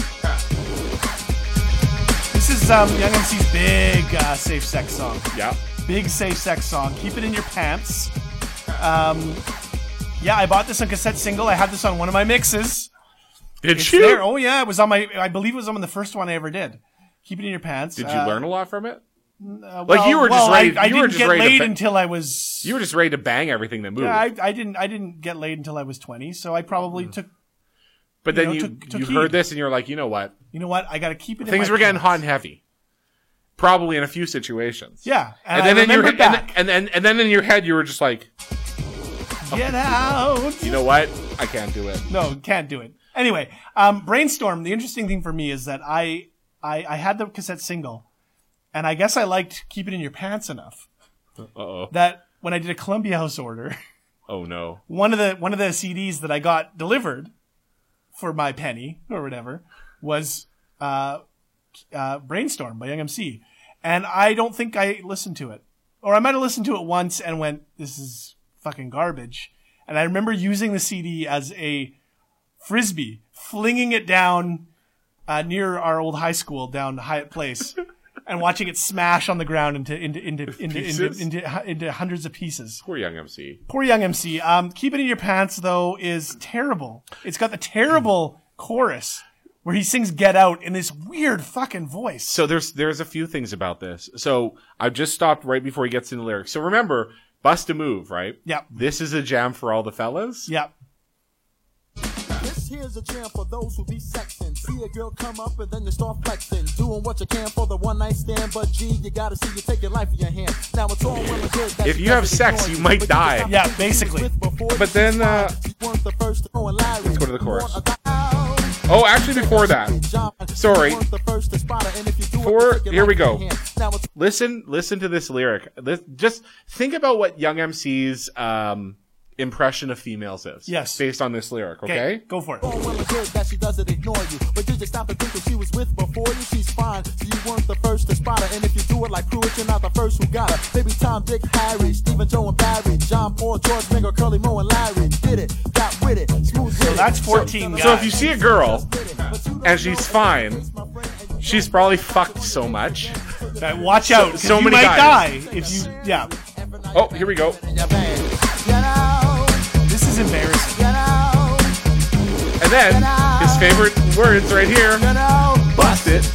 This is um, Young MC's big uh, safe sex song. Yeah. big safe sex song. Keep it in your pants. Um, yeah, I bought this on cassette single. I had this on one of my mixes. Did It's you? there. Oh yeah, it was on my. I believe it was on the first one I ever did. Keep it in your pants. Did you Uh, learn a lot from it? uh, Like, you well- were just well, I- ready- I, you were didn't just get ready to laid ba- until I was. You were just ready to bang everything that moved. Mm. yeah, I, I didn't. I didn't get laid until I was twenty. So I probably took. but then know, you took- took you heed. heard this and you're like, you know what? You know what? I got to keep it. in Things my were getting pants. hot and heavy. Probably in a few situations. Yeah, and, and, then I in your remembered head, and, back. and then and then in your head, you were just like, Get out. you know what? I can't do it. no, can't do it. Anyway, um, brainstorm. The interesting thing for me is that I, I, I had the cassette single, and I guess I liked "Keep It in Your Pants" enough Uh-oh. that when I did a Columbia House order, Oh no. one of the one of the CDs that I got delivered for my penny or whatever was uh, uh, "Brainstorm" by Young MC, and I don't think I listened to it, or I might have listened to it once and went, "This is fucking garbage." And I remember using the CD as a frisbee, flinging it down uh, near our old high school down Hyatt Place. And watching it smash on the ground into into into into, into, Pieces? into, into, into hundreds of pieces. Poor young MC. Poor young MC. Um, Keep It In Your Pants, though, is terrible. It's got the terrible chorus where he sings Get Out in this weird fucking voice. So there's there's a few things about this. So I've just stopped right before he gets into lyrics. So remember, Bust a move, right? Yep. This is a jam for all the fellas. Yeah. This here's a jam for those who be sexing. See a girl come up and then you start flexing. Doing what you can for the one night stand, but gee, you gotta see you take your life in your hand. Now it's all well and good. that If she you have doesn't sex, ignore you might but die. just have Yeah, to see who basically. you was before But she then, uh, smiled. She weren't the first to go and lie. go to the chorus. Born about- Oh, actually, before that, Sorry. Before- Four. here we go. listen, listen to this lyric. This, just think about what Young MC's um, impression of females is. Yes. Based on this lyric, okay? Okay. Go for it. that she doesn't ignore you. But did you stop and think if she was with before you? She's fine. So you weren't the first to spot her. And if you do it like Pruitt, you're not the first who got her. Maybe Tom, Dick, Harry, Stephen, Joe, and Barry, John, Paul, George, Mingo, Curly, Moe, and Larry. Did it, got with it, smooth with it. that's 14 So if guys. you see a girl and she's fine, she's probably fucked so much. Now, Uh, watch out. 'cause so you many might guys. die if you. Yeah. Oh, here we go. This is embarrassing. And then his favorite words right here. Bust it.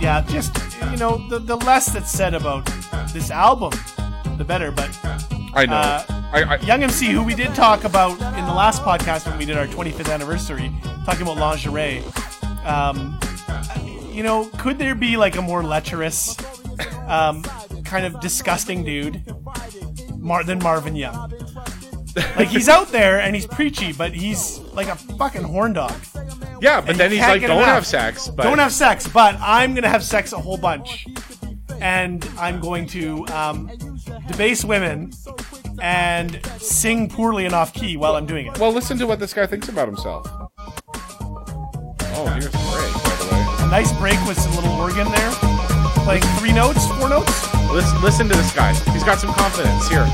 Yeah. Just you know, the the less that's said about this album, the better. But I know. Uh, I, I, Young MC, who we did talk about in the last podcast when we did our 25th anniversary, talking about lingerie. Um, you know, could there be like a more lecherous, um, kind of disgusting dude Mar- than Marvin Young? Like he's out there and he's preachy, but he's like a fucking horn dog. yeah, but And then you he's can't like, get don't enough. have sex. But Don't have sex, but I'm gonna have sex a whole bunch, and I'm going to um, debase women and sing poorly and off key while I'm doing it. Well, listen to what this guy thinks about himself. Oh, here's great, by Nice break with some little organ there, playing three notes, four notes. the way. Listen, listen to this guy. He's got some confidence here.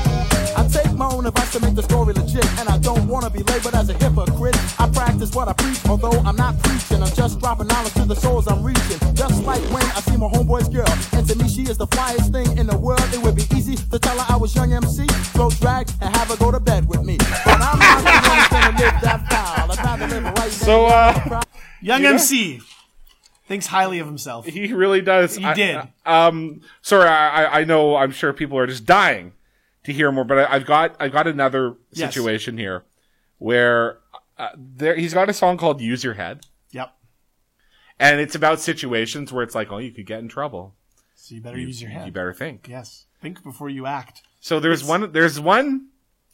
I take my own advice to make the story legit, and I don't wanna be labeled as a hypocrite. I practice what I preach, although I'm not preaching. I'm just dropping knowledge to the souls I'm reaching. Just like when I see my homeboy's girl, and to me she is the flyest thing in the world. It would be easy to tell her I was young MC, go drag and have her go to bed with me. But I'm not the one who's gonna live that foul. I'd rather live a right. So uh, Young MC thinks highly of himself. he really does. He did. um, sorry, I, I- I know. I'm sure people are just dying to hear more, but I, I've got I've got another Yes. situation here where uh, there he's got a song called "Use Your Head." Yep. And it's about situations where it's like, oh, you could get in trouble. So you better use your head. You better think. Yes. Think before you act. So there's one, there's one,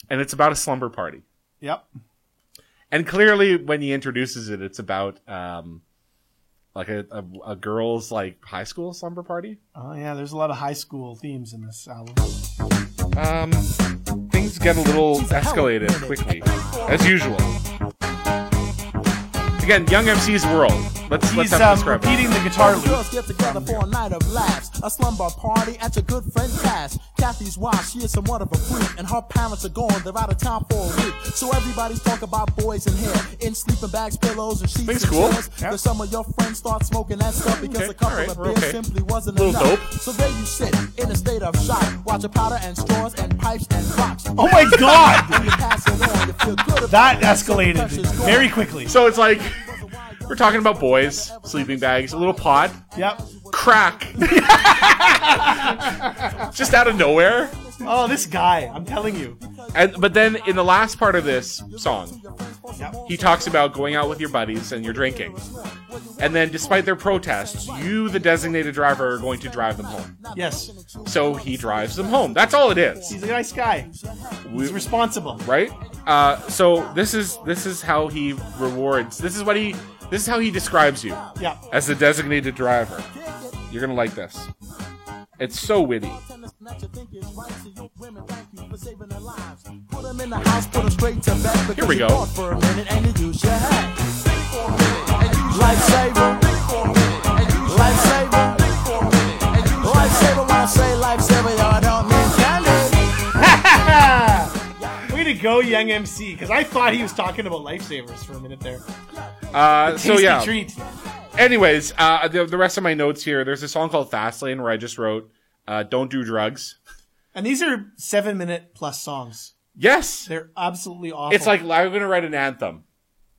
and it's about a slumber party. Yep. And clearly, when he introduces it, it's about um, like a, a, a girl's like high school slumber party. Oh yeah, there's a lot of high school themes in this album. Um, things get a little escalated quickly, as usual. Again, young MC's world. Let's let's have He's him um, describe it. repeating the guitar loop. Girls get together for a night of laughs, a slumber party at your good friend's house. Kathy's wife, she is somewhat of a freak, and her parents are gone. They're out of town for a week, so everybody's talking about boys and hair, in sleeping bags, pillows, and sheets. Thing's and cool. chairs. Yeah. Then some of your friends start smoking that stuff because Okay, a couple alright, of we're beers okay. simply wasn't Little enough. dope. So there you sit, in a state of shock, watching powder and straws and pipes and rocks. Oh my god! You pass it on, you feel good about That it, so the escalated pressure's gone. very quickly. So it's like we're talking about boys, sleeping bags, a little pod, Yep. crack, just out of nowhere. Oh, this guy, I'm telling you. And but then in the last part of this song, Yep. he talks about going out with your buddies and you're drinking. And then despite their protests, you the designated driver are going to drive them home. Yes. So he drives them home. That's all it is. He's a nice guy. He's We- responsible. right? Uh, so this is this is how he rewards. This is what he this is how he describes you Yeah. as the designated driver. You're going to like this. It's so witty. Here we go. For a minute and you use your head. Lifesaver. Lifesaver. Lifesaver. When I say lifesaver, y'all don't mean candy. Way to go, young MC, because I thought he was talking about lifesavers for a minute there. Uh, so Tasty yeah. treat. Anyways, uh, the, the rest of my notes here. There's a song called Fastlane where I just wrote, uh, "Don't do drugs." And these are seven minute plus songs. Yes, They're absolutely awful. it's like I'm gonna write an anthem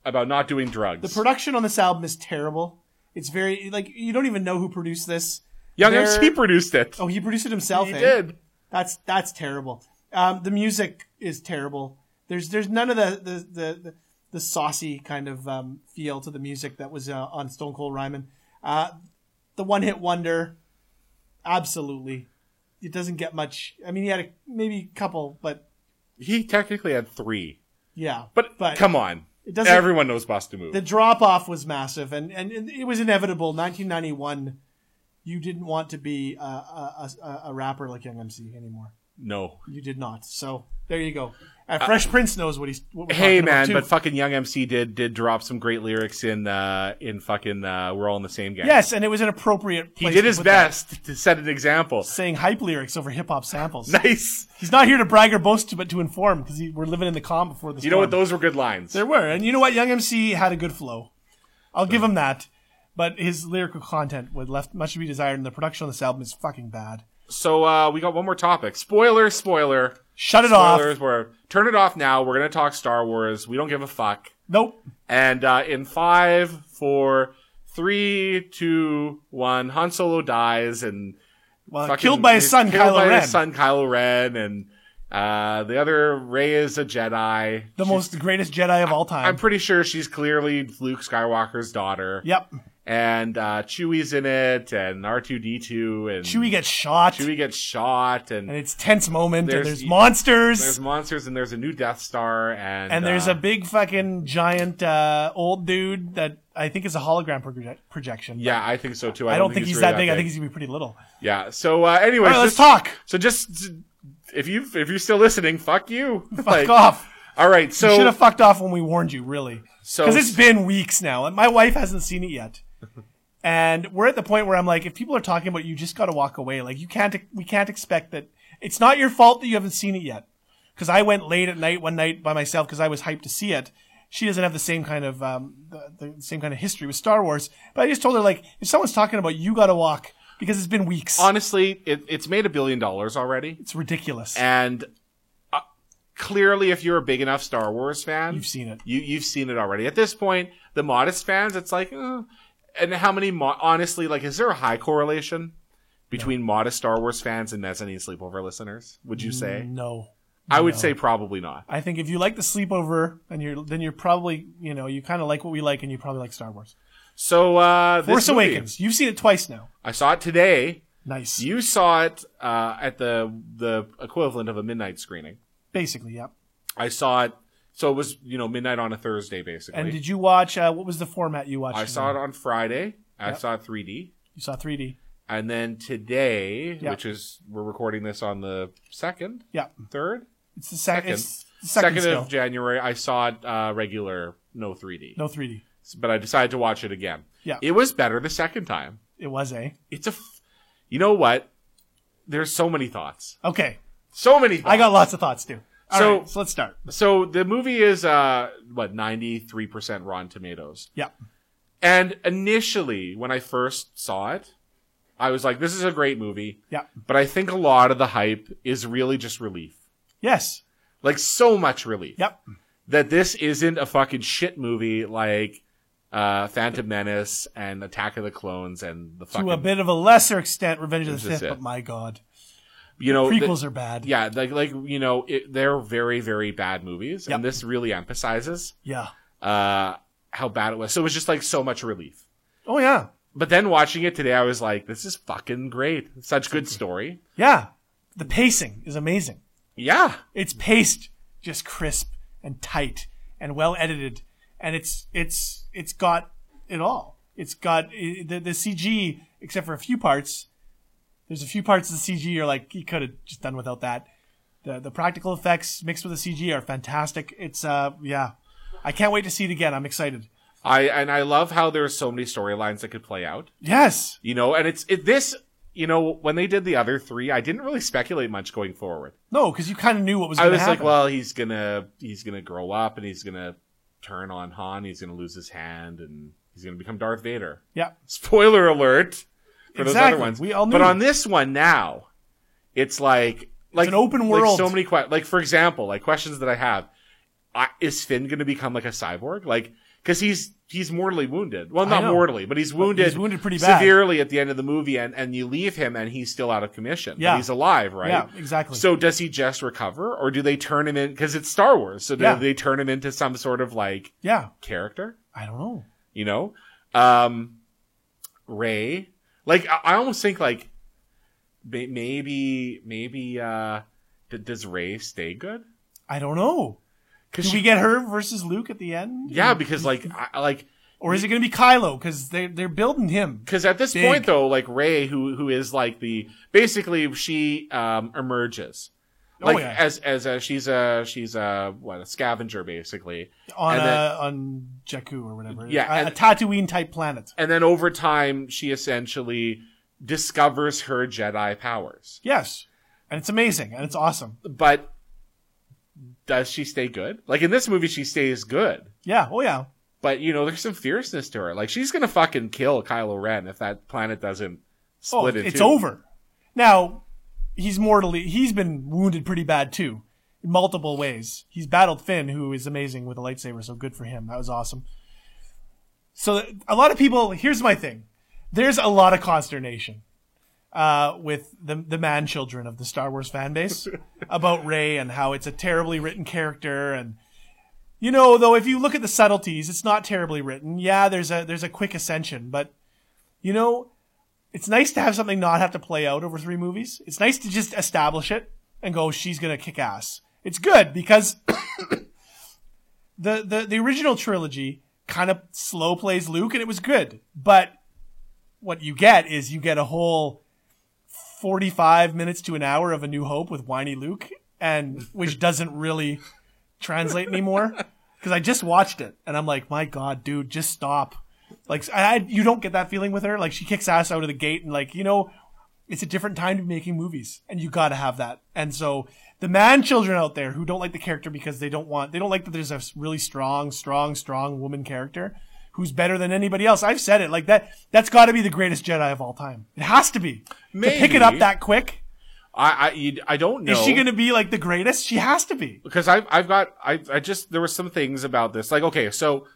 about not doing drugs. the production on this album is terrible. It's very like you don't even know who produced this. Young they're- MC produced it. Oh, he produced it himself. he eh? did. That's that's terrible. Um, the music is terrible. There's there's none of the the the, the, the saucy kind of um, feel to the music that was uh, on Stone Cold Ryman. Uh, the one hit wonder, absolutely. It doesn't get much. I mean, he had a, maybe a couple, but He technically had three, yeah. but, come on, It doesn't- everyone knows Boston Move. the drop off was massive, and, and and it was inevitable. 1991, you didn't want to be a, a, a, a rapper like Young MC anymore. no, You did not. So there you go. And Fresh Prince knows what he's. What we're Uh, hey talking about, man, too. but fucking Young MC did did drop some great lyrics in uh in fucking uh We're All in the Same Gang. yes, and it was an appropriate. he place did to his put that, best to set an example. saying hype lyrics over hip hop samples. Nice. he's not here to brag or boast, but to inform because we're living in the calm before the. You know what? storm. Those were good lines. there were, and you know what? Young MC had a good flow. I'll give him that. But his lyrical content was left much to be desired, and the production on this album is fucking bad. So uh we got one more topic. Spoiler, spoiler. Shut it off. Spoilers were turn it off now. We're gonna talk Star Wars. We don't give a fuck. Nope. And uh, in five, four, three, two, one, Han Solo dies and Well, fucking- killed by his he's son, killed Kylo by Ren. His son Kylo Ren, and uh, the other Ray is a Jedi. the most greatest Jedi of all time. I'm pretty sure she's clearly Luke Skywalker's daughter. yep. And uh, Chewie's in it, and R2D2, and Chewie gets shot, Chewie gets shot, and it's tense moment, There's- and there's monsters, There's monsters and there's a new Death Star and and there's uh, a big fucking giant uh, old dude that I think is a hologram proje- projection. yeah I think so too. I, don't think, he's, really that big. I think he's gonna be pretty little. yeah. So uh, anyway, All right, just, let's talk. so just if you if you're still listening, fuck you. Like, Fuck off. All right, You should so have fucked off when we warned you, really. So- because it's been weeks now, and my wife hasn't seen it yet. And we're at the point where I'm like, if people are talking about, it, you just got to walk away. Like you can't, we can't expect that. It's not your fault that you haven't seen it yet. Because I went late at night one night by myself because I was hyped to see it. She doesn't have the same kind of um, the, the same kind of history with Star Wars. But I just told her like, if someone's talking about, it, you got to walk because it's been weeks. honestly, it, it's made a billion dollars already, it's ridiculous. and uh, clearly, if you're a big enough Star Wars fan, You've seen it. You you've seen it already. At this point, the modest fans, it's like, eh. and how many? Mo- honestly, like, is there a high correlation between modest Star Wars fans and mezzanine sleepover listeners? Would you say? Mm, no. I would say probably not. I think if you like the sleepover, and you're then you're probably you know you kind of like what we like, and you probably like Star Wars. So, uh, this Force movie, Awakens. You've seen it twice now. I saw it today. Nice. You saw it uh, at the the equivalent of a midnight screening. Basically, yeah. I saw it. So it was you know midnight on a Thursday basically. And did you watch? Uh, what was the format you watched? I saw it on Friday. I Yep. saw it 3D, You saw 3D. and then today, Yeah. which is we're recording this on the second, Yeah, third, it's the sec- Second. Uh, It's the second. still. of January. I saw it uh, regular, no 3D, no 3D. but I decided to watch it again. Yeah. it was better the second time. It was eh? a It's a, f- you know what? There's so many thoughts. okay. So many. Thoughts. I got lots of thoughts too. All right, So- so, let's start. So the movie is uh what 93% Rotten Tomatoes. Yeah, And initially when I first saw it, I was like this is a great movie, yeah, but I think a lot of the hype is really just relief. yes, Like so much relief yep. that this isn't a fucking shit movie like uh Phantom Menace and Attack of the Clones and the To a fucking bit of a lesser extent, Revenge of This the is Sith. it. But my God, you know the- prequels are bad. yeah, like like you know, it, they're very very bad movies and this really emphasizes yeah. uh how bad it was. So it was just like so much relief. Oh yeah, But then watching it today, I was like, this is fucking great. Such good story. yeah. The pacing is amazing. Yeah. it's paced just crisp and tight and well edited and it's it's it's got it all it's got i the, the cg except for a few parts there's a few parts of the cg you're like you could have just done without that the the practical effects mixed with the cg are fantastic it's uh yeah i can't wait to see it again i'm excited I and I love how there's so many storylines that could play out. yes You know, and it's it, this. You know, when they did the other three, I didn't really speculate much going forward. no because you kind of knew what was I going to was happen like, well, he's gonna he's gonna grow up and he's gonna turn on Han. He's gonna lose his hand and he's gonna become Darth Vader. yeah Spoiler alert for those other Exactly. ones. We all knew. But on this one now, it's like like an open like world. so many questions. Like for example, like questions that I have: I, Is Finn going to become like a cyborg? Like because he's he's mortally wounded. Well, not know. mortally, but he's wounded. he's wounded pretty bad. severely at the end of the movie, and and you leave him, and he's still out of commission. but Yeah. he's alive, right? Yeah, exactly. So does he just recover, or do they turn him in? Because it's Star Wars, so do Yeah. they turn him into some sort of like Yeah. character? I don't know. you know um ray like i, I almost think like may- maybe maybe uh d- does ray stay good I don't know. because Do we get her versus Luke at the end? yeah because like I, like Or is it going to be Kylo? Because they they're building him. because at this Big. point though like ray who who is like the basically she um emerges like yeah. as as a, she's a she's a what a scavenger basically on and then- uh, on Jakku or whatever. Yeah, a, a and- Tatooine type planet. and then over time she essentially discovers her jedi powers Yes, and it's amazing and it's awesome. but does she stay good? Like in this movie, she stays good, Yeah. Oh yeah. but you know, there's some fierceness to her. Like she's gonna fucking kill Kylo Ren if that planet doesn't Oh, split in it's two. over. Now he's mortally. He's been wounded pretty bad too, in multiple ways. He's battled Finn, who is amazing with a lightsaber. So good for him. That was awesome. So th- a lot of people. Here's my thing. There's a lot of consternation uh, with the the man children of the Star Wars fan base about Rey and how it's a terribly written character and you know though if you look at the subtleties it's not terribly written yeah there's a there's a quick ascension but you know it's nice to have something not have to play out over three movies it's nice to just establish it and go she's gonna kick ass it's good because the, the the original trilogy kind of slow plays Luke and it was good but what you get is you get a whole 45 minutes to an hour of a new hope with whiny luke and which doesn't really translate anymore because i just watched it and i'm like my god dude just stop like I, I- you don't get that feeling with her like she kicks ass out of the gate and like you know it's a different time to be making movies and you gotta have that and so the man children out there who don't like the character because they don't want they don't like that there's a really strong strong strong woman character who's better than anybody else i've said it like that that's gotta be the greatest jedi of all time it has to be to pick it up Maybe. that quick I I, you- I don't know. is she gonna be like the greatest she has to be because I've I've got I I just there were some things about this. Like okay, so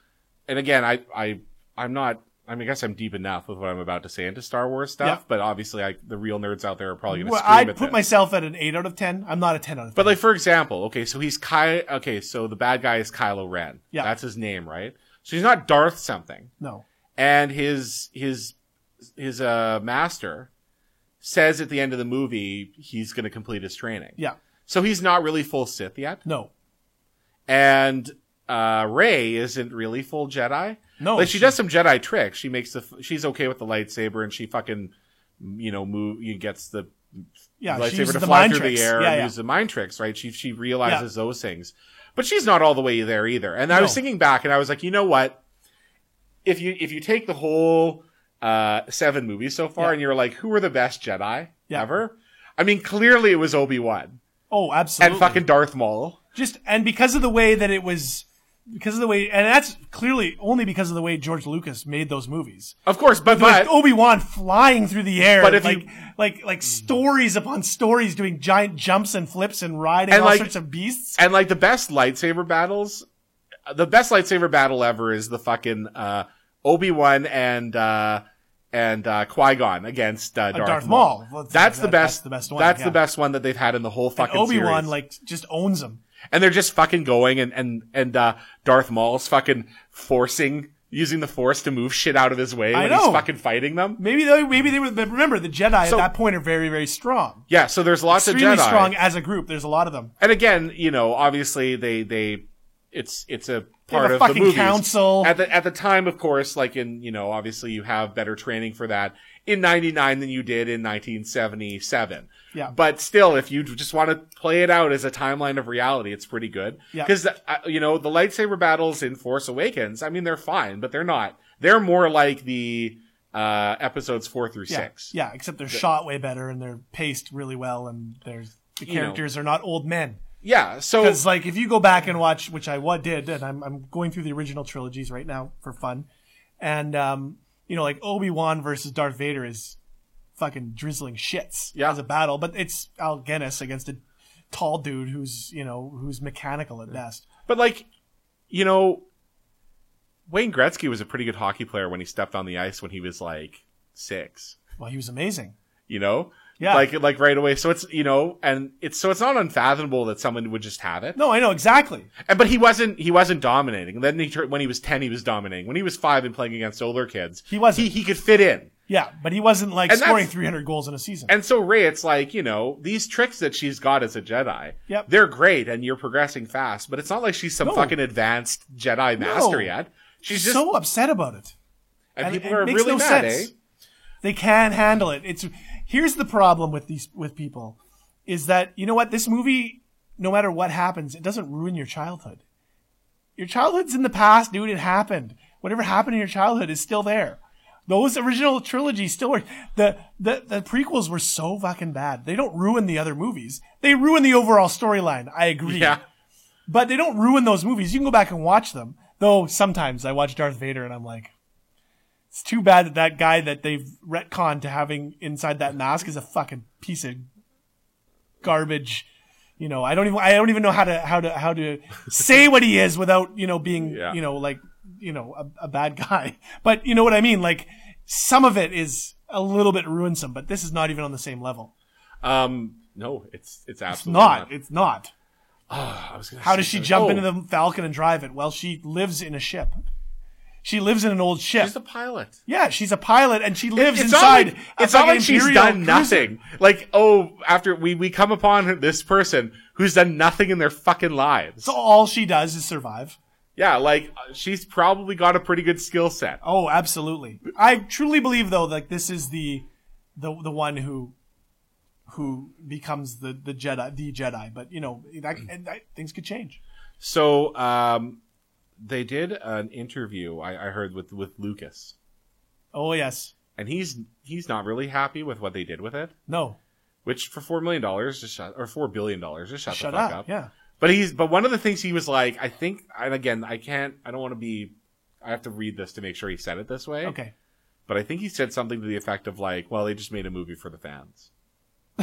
and again, I I I'm not. I mean, I guess I'm deep enough with what I'm about to say into Star Wars stuff, Yeah. but obviously, like the real nerds out there are probably going to well, scream i'd at put this. myself at an 8 out of 10 i'm not a 10 out of 10 But like for example, okay, so he's Ky. Okay, so the bad guy is Kylo Ren. Yeah. that's his name, right? So he's not Darth something, no and his his his uh master says at the end of the movie he's going to complete his training. yeah So he's not really full Sith yet, no and uh Ray isn't really full Jedi. No, like she, she- does some Jedi tricks. She makes the f- she's okay with the lightsaber, and she fucking you know move you gets the yeah she lightsaber uses to the fly mind through tricks. the air yeah, and yeah. use the mind tricks, right? She she realizes those things, but she's not all the way there either. And I was No. thinking back, and I was like, you know what? If you if you take the whole uh, seven movies so far, Yeah. and you're like, who are the best Jedi Yeah. ever? I mean, clearly it was Obi Wan oh absolutely and fucking Darth Maul. just and because of the way that it was because of the way and that's clearly only because of the way George Lucas made those movies. Of course, but Like oh. but Obi-Wan flying through the air But if like you- Mm-hmm. like like stories upon stories doing giant jumps and flips and riding And all like- sorts of beasts. and like the best lightsaber battles, the best lightsaber battle ever is the fucking uh, Obi Wan and uh, and uh, Qui Gon against uh, Darth, Darth Maul. Maul. Well, That's the that- best. that's the best one, That's the yeah. best one that they've had in the whole fucking Obi-Wan series. like just owns him. and they're just fucking going, and and and uh, Darth Maul's fucking forcing. Using the force to move shit out of his way I when know. he's fucking fighting them. Maybe they maybe they were but remember the Jedi So- at that point are very very strong. Yeah, so there's lots of Extremely Jedi. strong as a group. There's a lot of them. and again, you know, obviously they they it's it's a part have a of the fucking movies. council. At the at the time, of course, like in you know, obviously you have better training for that in '99 than you did in 1977. Yeah. But still, if you just want to play it out as a timeline of reality, it's pretty good. Yeah. Because you know the lightsaber battles in Force Awakens, I mean, they're fine, but they're not. They're more like the uh episodes four through Yeah. six. Yeah, except they're shot way better and they're paced really well and there's the know. characters are not old men. Yeah. So Because like if you go back and watch, which I what did, and I'm I'm going through the original trilogies right now for fun, and um, you know like Obi Wan versus Darth Vader is fucking drizzling shits Yeah. as a battle, but it's Al Guinness against a tall dude who's you know who's mechanical at best. But like, you know, Wayne Gretzky was a pretty good hockey player when he stepped on the ice when he was like six. Well, he was amazing. you know Yeah. like like right away so it's you know and it's so it's not unfathomable that someone would just have it No, I know exactly. and but he wasn't he wasn't dominating then he tur- when he was 10 he was dominating when he was 5 and playing against older kids He wasn't. he, he could fit in Yeah, but he wasn't like And that's- scoring 300 goals in a season. and so ray it's like you know these tricks that she's got as a jedi Yep. they're great and you're progressing fast but it's not like she's some No. fucking advanced jedi master yet she's just so upset about it. and, And people it are makes really no mad sense. eh They can't handle it. It's here's the problem with these with people is that you know what this movie, no matter what happens, it doesn't ruin your childhood. Your childhood's in the past, dude. It happened. Whatever happened in your childhood is still there. Those original trilogies still were the, the the prequels were so fucking bad. They don't ruin the other movies. They ruin the overall storyline. I agree. yeah But they don't ruin those movies. You can go back and watch them. Though sometimes I watch Darth Vader and I'm like, it's too bad that that guy that they've retconned to having inside that mask is a fucking piece of garbage. You know, I don't even I don't even know how to how to how to say what he is without you know being Yeah. you know like you know a, a bad guy. But you know what I mean. Like some of it is a little bit ruinsome, but this is not even on the same level. um no it's it's absolutely Not it's not. I was gonna How say does she something. jump Oh, into the Falcon and drive it? Well, she lives in a ship. She lives in an old ship. she's a pilot yeah, she's a pilot and she lives it's inside. Not like, a it's not fucking like she's Imperial done cruiser. nothing. Like, oh, after we, we come upon her- this person who's done nothing in their fucking lives. So all she does is survive. Yeah, like uh, she's probably got a pretty good skill set. Oh, absolutely. I truly believe though, like this is the the the one who who becomes the the Jedi, the Jedi. But you know, that, and that, things could change. So, um, they did an interview I, I heard with with Lucas, Oh yes, and he's he's not really happy with what they did with it. no, Which for four million dollars, just shut or four billion dollars, just shut, shut the fuck up. up. Yeah, But he's but one of the things he was like, I think, and again, I can't, I don't want to be, I have to read this to make sure he said it this way. okay. but I think he said something to the effect of like, "Well, they just made a movie for the fans.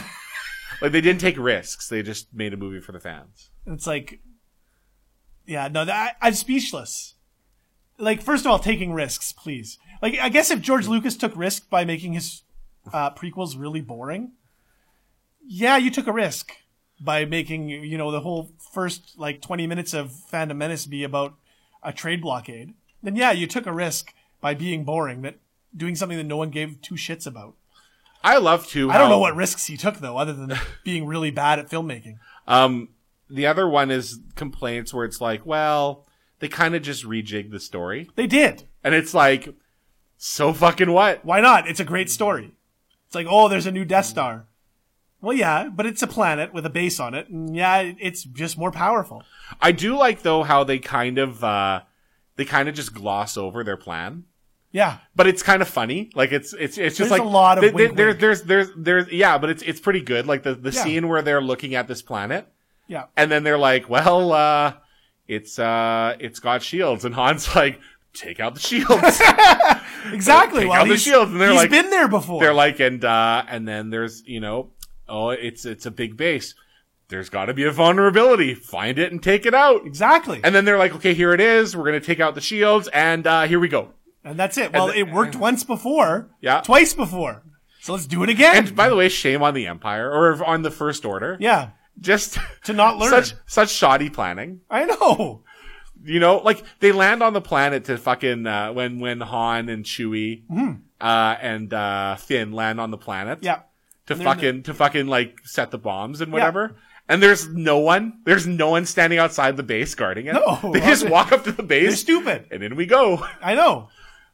like they didn't take risks; they just made a movie for the fans." It's like, yeah, no, that, I, I'm speechless. Like, first of all, taking risks, please. Like, I guess if George Lucas took risks by making his uh, prequels really boring, yeah, you took a risk by making you know the whole first like 20 minutes of Phantom Menace be about a trade blockade. Then yeah, you took a risk by being boring, that doing something that no one gave two shits about. I love to. I don't how- know what risks he took though, other than being really bad at filmmaking. Um, the other one is complaints where it's like, "Well, they kind of just rejigged the story," They did. and it's like, "So fucking what?" Why not? It's a great story. It's like, oh, there's a new Death Star. Well, yeah, but it's a planet with a base on it, and yeah, it- it's just more powerful. I do like though how they kind of uh, they kind of just gloss over their plan. Yeah, but it's kind of funny. Like it's it's it's just There's like a lot of th- th- wink, there- wink. there's there's there's yeah, but it's it's pretty good. Like the the Yeah. scene where they're looking at this planet, yeah, and then they're like, well, uh, it's uh, it's got shields, and Han's like, take out the shields. exactly. Take Well, out the he's, shields, and they're he's like- been there before. they're like, and uh, and then there's you know, oh, it's it's a big base. There's got to be a vulnerability. Find it and take it out. exactly, and, And then they're like, okay, here it is. We're gonna take out the shields, and uh, here we go. that's it. Well, the- it worked once before. Yeah. twice before. So let's do it again. And by the way, shame on the Empire or on the First Order. yeah, just To not learn. such such shoddy planning. I know. You know, like they land on the planet to fucking uh, when when Han and Chewie uh, and uh, Finn land on the planet. Mm-hmm. Yeah, to they're in fucking to fucking like set the bombs and whatever. And there's no one. There's no one standing outside the base guarding it. No. they just walk up to the they're base, stupid. and in we go. I know.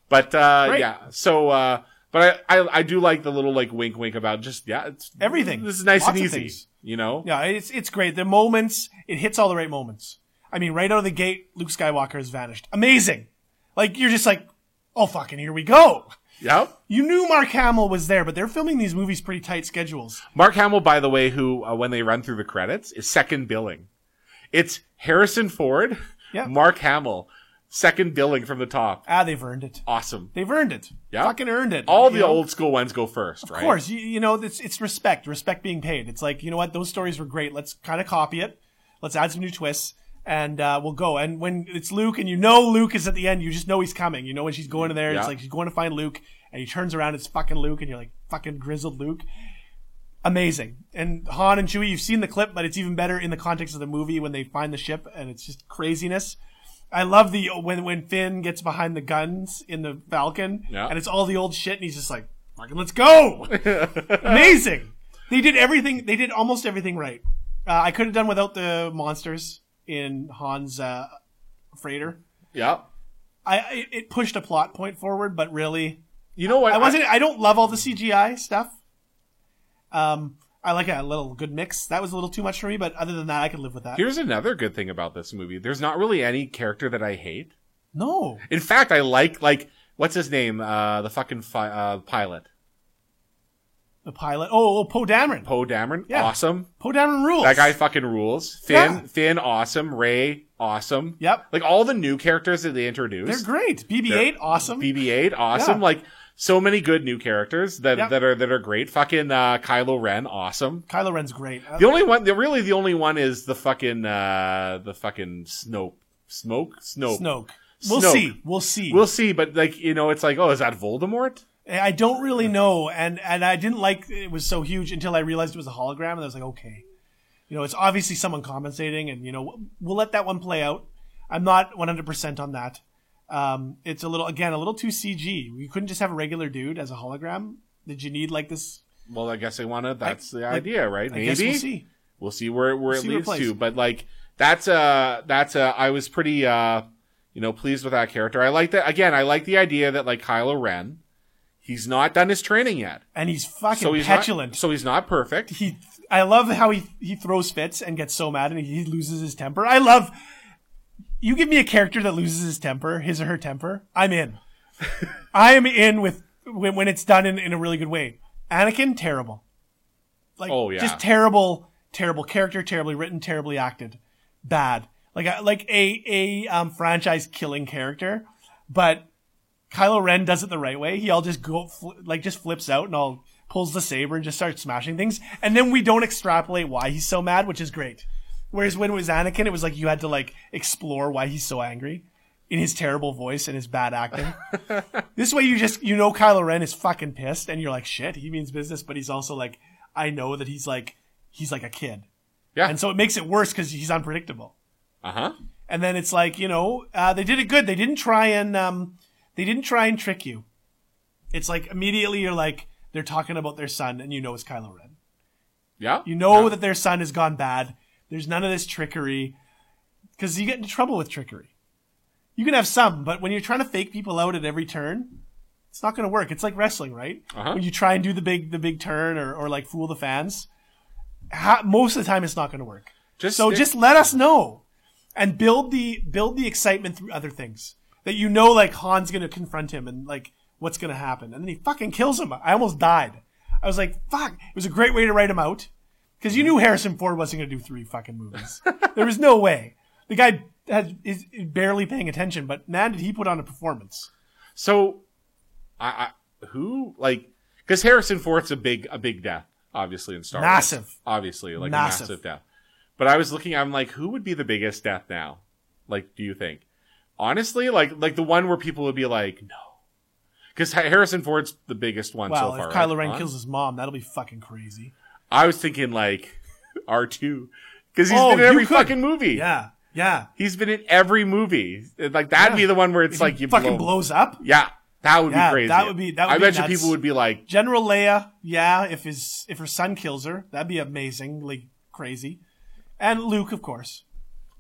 But uh, Right. yeah, so. Uh, but I, I I do like the little like wink wink about just yeah it's Everything. this is nice Lots and of easy things. you know Yeah, it's it's great. The moments it hits all the right moments. I mean, right out of the gate, Luke Skywalker has vanished. Amazing. Like you're just like, oh fucking here we go. yeah You knew Mark Hamill was there, but they're filming these movies pretty tight schedules. Mark Hamill, by the way, who uh, when they run through the credits is second billing. It's Harrison Ford, Yeah. Mark Hamill, second billing from the top. Ah, they've earned it. Awesome. They've earned it. Uh, Yeah. Fucking earned it. All You the know? old school ones go first, right? Of course, you, you know it's it's respect, respect being paid. It's like you know what those stories were great. Let's kind of copy it. Let's add some new twists and uh, we'll go. And when it's Luke, and you know Luke is at the end, you just know he's coming. You know when she's going to there, Yeah. it's like she's going to find Luke, and he turns around, it's fucking Luke, and you're like fucking grizzled Luke. Amazing. And Han and Chewie, you've seen the clip, but it's even better in the context of the movie when they find the ship, and it's just craziness. I love the when when Finn gets behind the guns in the Falcon, Yeah. and it's all the old shit, and he's just like, "Fucking let's go!" Amazing. They did everything. They did almost everything right. Uh, I could have done without the monsters in Han's uh, freighter. Yeah. I I- it pushed a plot point forward, but really, You know what? I wasn't. I don't love all the CGI stuff. Um, I like a little good mix. That was a little too much for me, but other than that, I could live with that. Here's another good thing about this movie. There's not really any character that I hate. no, In fact, I like like what's his name? Uh, the fucking fi- uh, pilot, the pilot. Oh, oh Poe Dameron. Poe Dameron. Yeah. Awesome. Poe Dameron rules. That guy fucking rules. Finn, Yeah. Finn, awesome. Ray, awesome. Yep. Like all the new characters that they They're introduced. great. BB-8, awesome. BB-8, awesome. Yeah. Like so many good new characters that Yep. that are that are great. Fucking uh, Kylo Ren, awesome. Kylo Ren's great. Uh, The only one, the really the only one is the fucking uh the fucking Snoke, Smoke, Snoke. Snoke. We'll Snoke. see. We'll see. We'll see, but like you know, it's like, oh, is that Voldemort? I don't really know, and and I didn't like it was so huge until I realized it was a hologram, and I was like, okay, you know, it's obviously someone compensating, and you know, we'll let that one play out. I'm not 100 percent on that. Um, it's a little again a little too CG. You couldn't just have a regular dude as a hologram. Did you need like this? Well, I guess they want to. That's the like, idea, right? I Maybe guess we'll see. We'll see where where it see where it leads plays. to. But like that's uh that's uh I was pretty uh you know pleased with that character. I like that again. I like the idea that like Kylo Ren, he's not done his training yet, And he's fucking so he's petulant. Not, so he's not perfect. he, I love how he he throws fits and gets so mad and he loses his temper. I love. You give me a character that loses his temper, his or her temper, I'm in. I am in with when, when it's done in, in a really good way. Anakin, terrible. Like, Oh, yeah. just terrible, terrible character, terribly written, terribly acted, bad. Like, a- like a a um, franchise killing character, but Kylo Ren does it the right way. He all just go fl- like just flips out and all pulls the saber and just starts smashing things. And then we don't extrapolate why he's so mad, which is great. Whereas when it was Anakin, it was like you had to like explore why he's so angry in his terrible voice and his bad acting. this way, you just you know Kylo Ren is fucking pissed, and you're like, shit, he means business, but he's also like, I know that he's like he's like a kid, Yeah. and so it makes it worse because he's unpredictable. uh huh. And then it's like, you know, uh, they did it good. They didn't try and um, they didn't try and trick you. It's like immediately you're like they're talking about their son, and you know it's Kylo Ren. Yeah. You know that their son has gone bad. There's none of this trickery because you get into trouble with trickery. You can have some, but when you're trying to fake people out at every turn, it's not going to work. It's like wrestling, right? Uh-huh. When you try and do the big the big turn or, or like fool the fans, ha- most of the time it's not going to work. Just So stick- just let us know and build the build the excitement through other things that you know, like Han's gonna confront him and like what's gonna happen, and then he fucking kills him. I almost died. I was like, fuck. It was a great way to write him out because you Mm-hmm. knew Harrison Ford wasn't gonna do three fucking movies. there was no way. The guy had, is barely paying attention, but man, did he put on a performance. So, I, I who like because Harrison Ford's a big a big death, obviously in Star Wars. Massive. obviously like Massive. a massive death. But I was looking, I'm like, who would be the biggest death now? Like, do you think? Honestly, like like the one where people would be like, no, because Harrison Ford's the biggest one Wow, so far. if Kylo right? Ren Huh? kills his mom, that'll be fucking crazy. I was thinking like R two because he's Oh, been in you every could. fucking movie. Yeah, yeah. he's been in every movie. Like that'd Yeah. be the one where it's If like he you fucking blow- blows up. Yeah, that would Yeah, be crazy. that would be- that would I be bet you nuts. people would be like, General Leia, yeah, if his if her son kills her, that'd be amazingly crazy. And Luke, of course.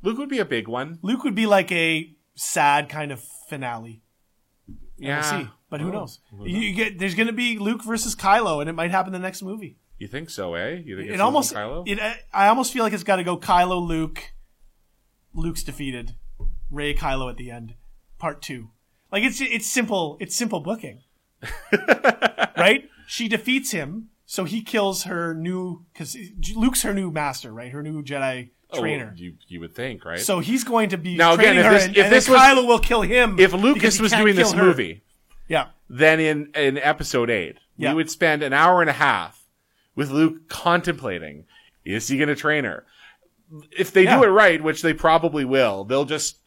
Luke would be a big one. Luke would be like a sad kind of finale. Yeah, We'll see. But who knows? You, you get there's gonna be Luke versus Kylo, and it might happen the next movie. You think so, eh? You think It it's almost Kylo? Oh, it I- I almost feel like it's gotta go Kylo Luke. Luke's defeated. Ray Kylo at the end. Part two. Like it's it's simple it's simple booking. right? She defeats him, so he kills her new because Luke's her new master, right? Her new Jedi Oh, trainer. you you would think, right? so he's going to be Now, again, training if her, this- and, if and this then was- Kylo will kill him if because Lucas he was can't doing kill this her. movie, yeah, then in in episode eight, Yeah. we would spend an hour and a half with Luke contemplating: Is he going to train her? if they Yeah. do it right, which they probably will, they'll just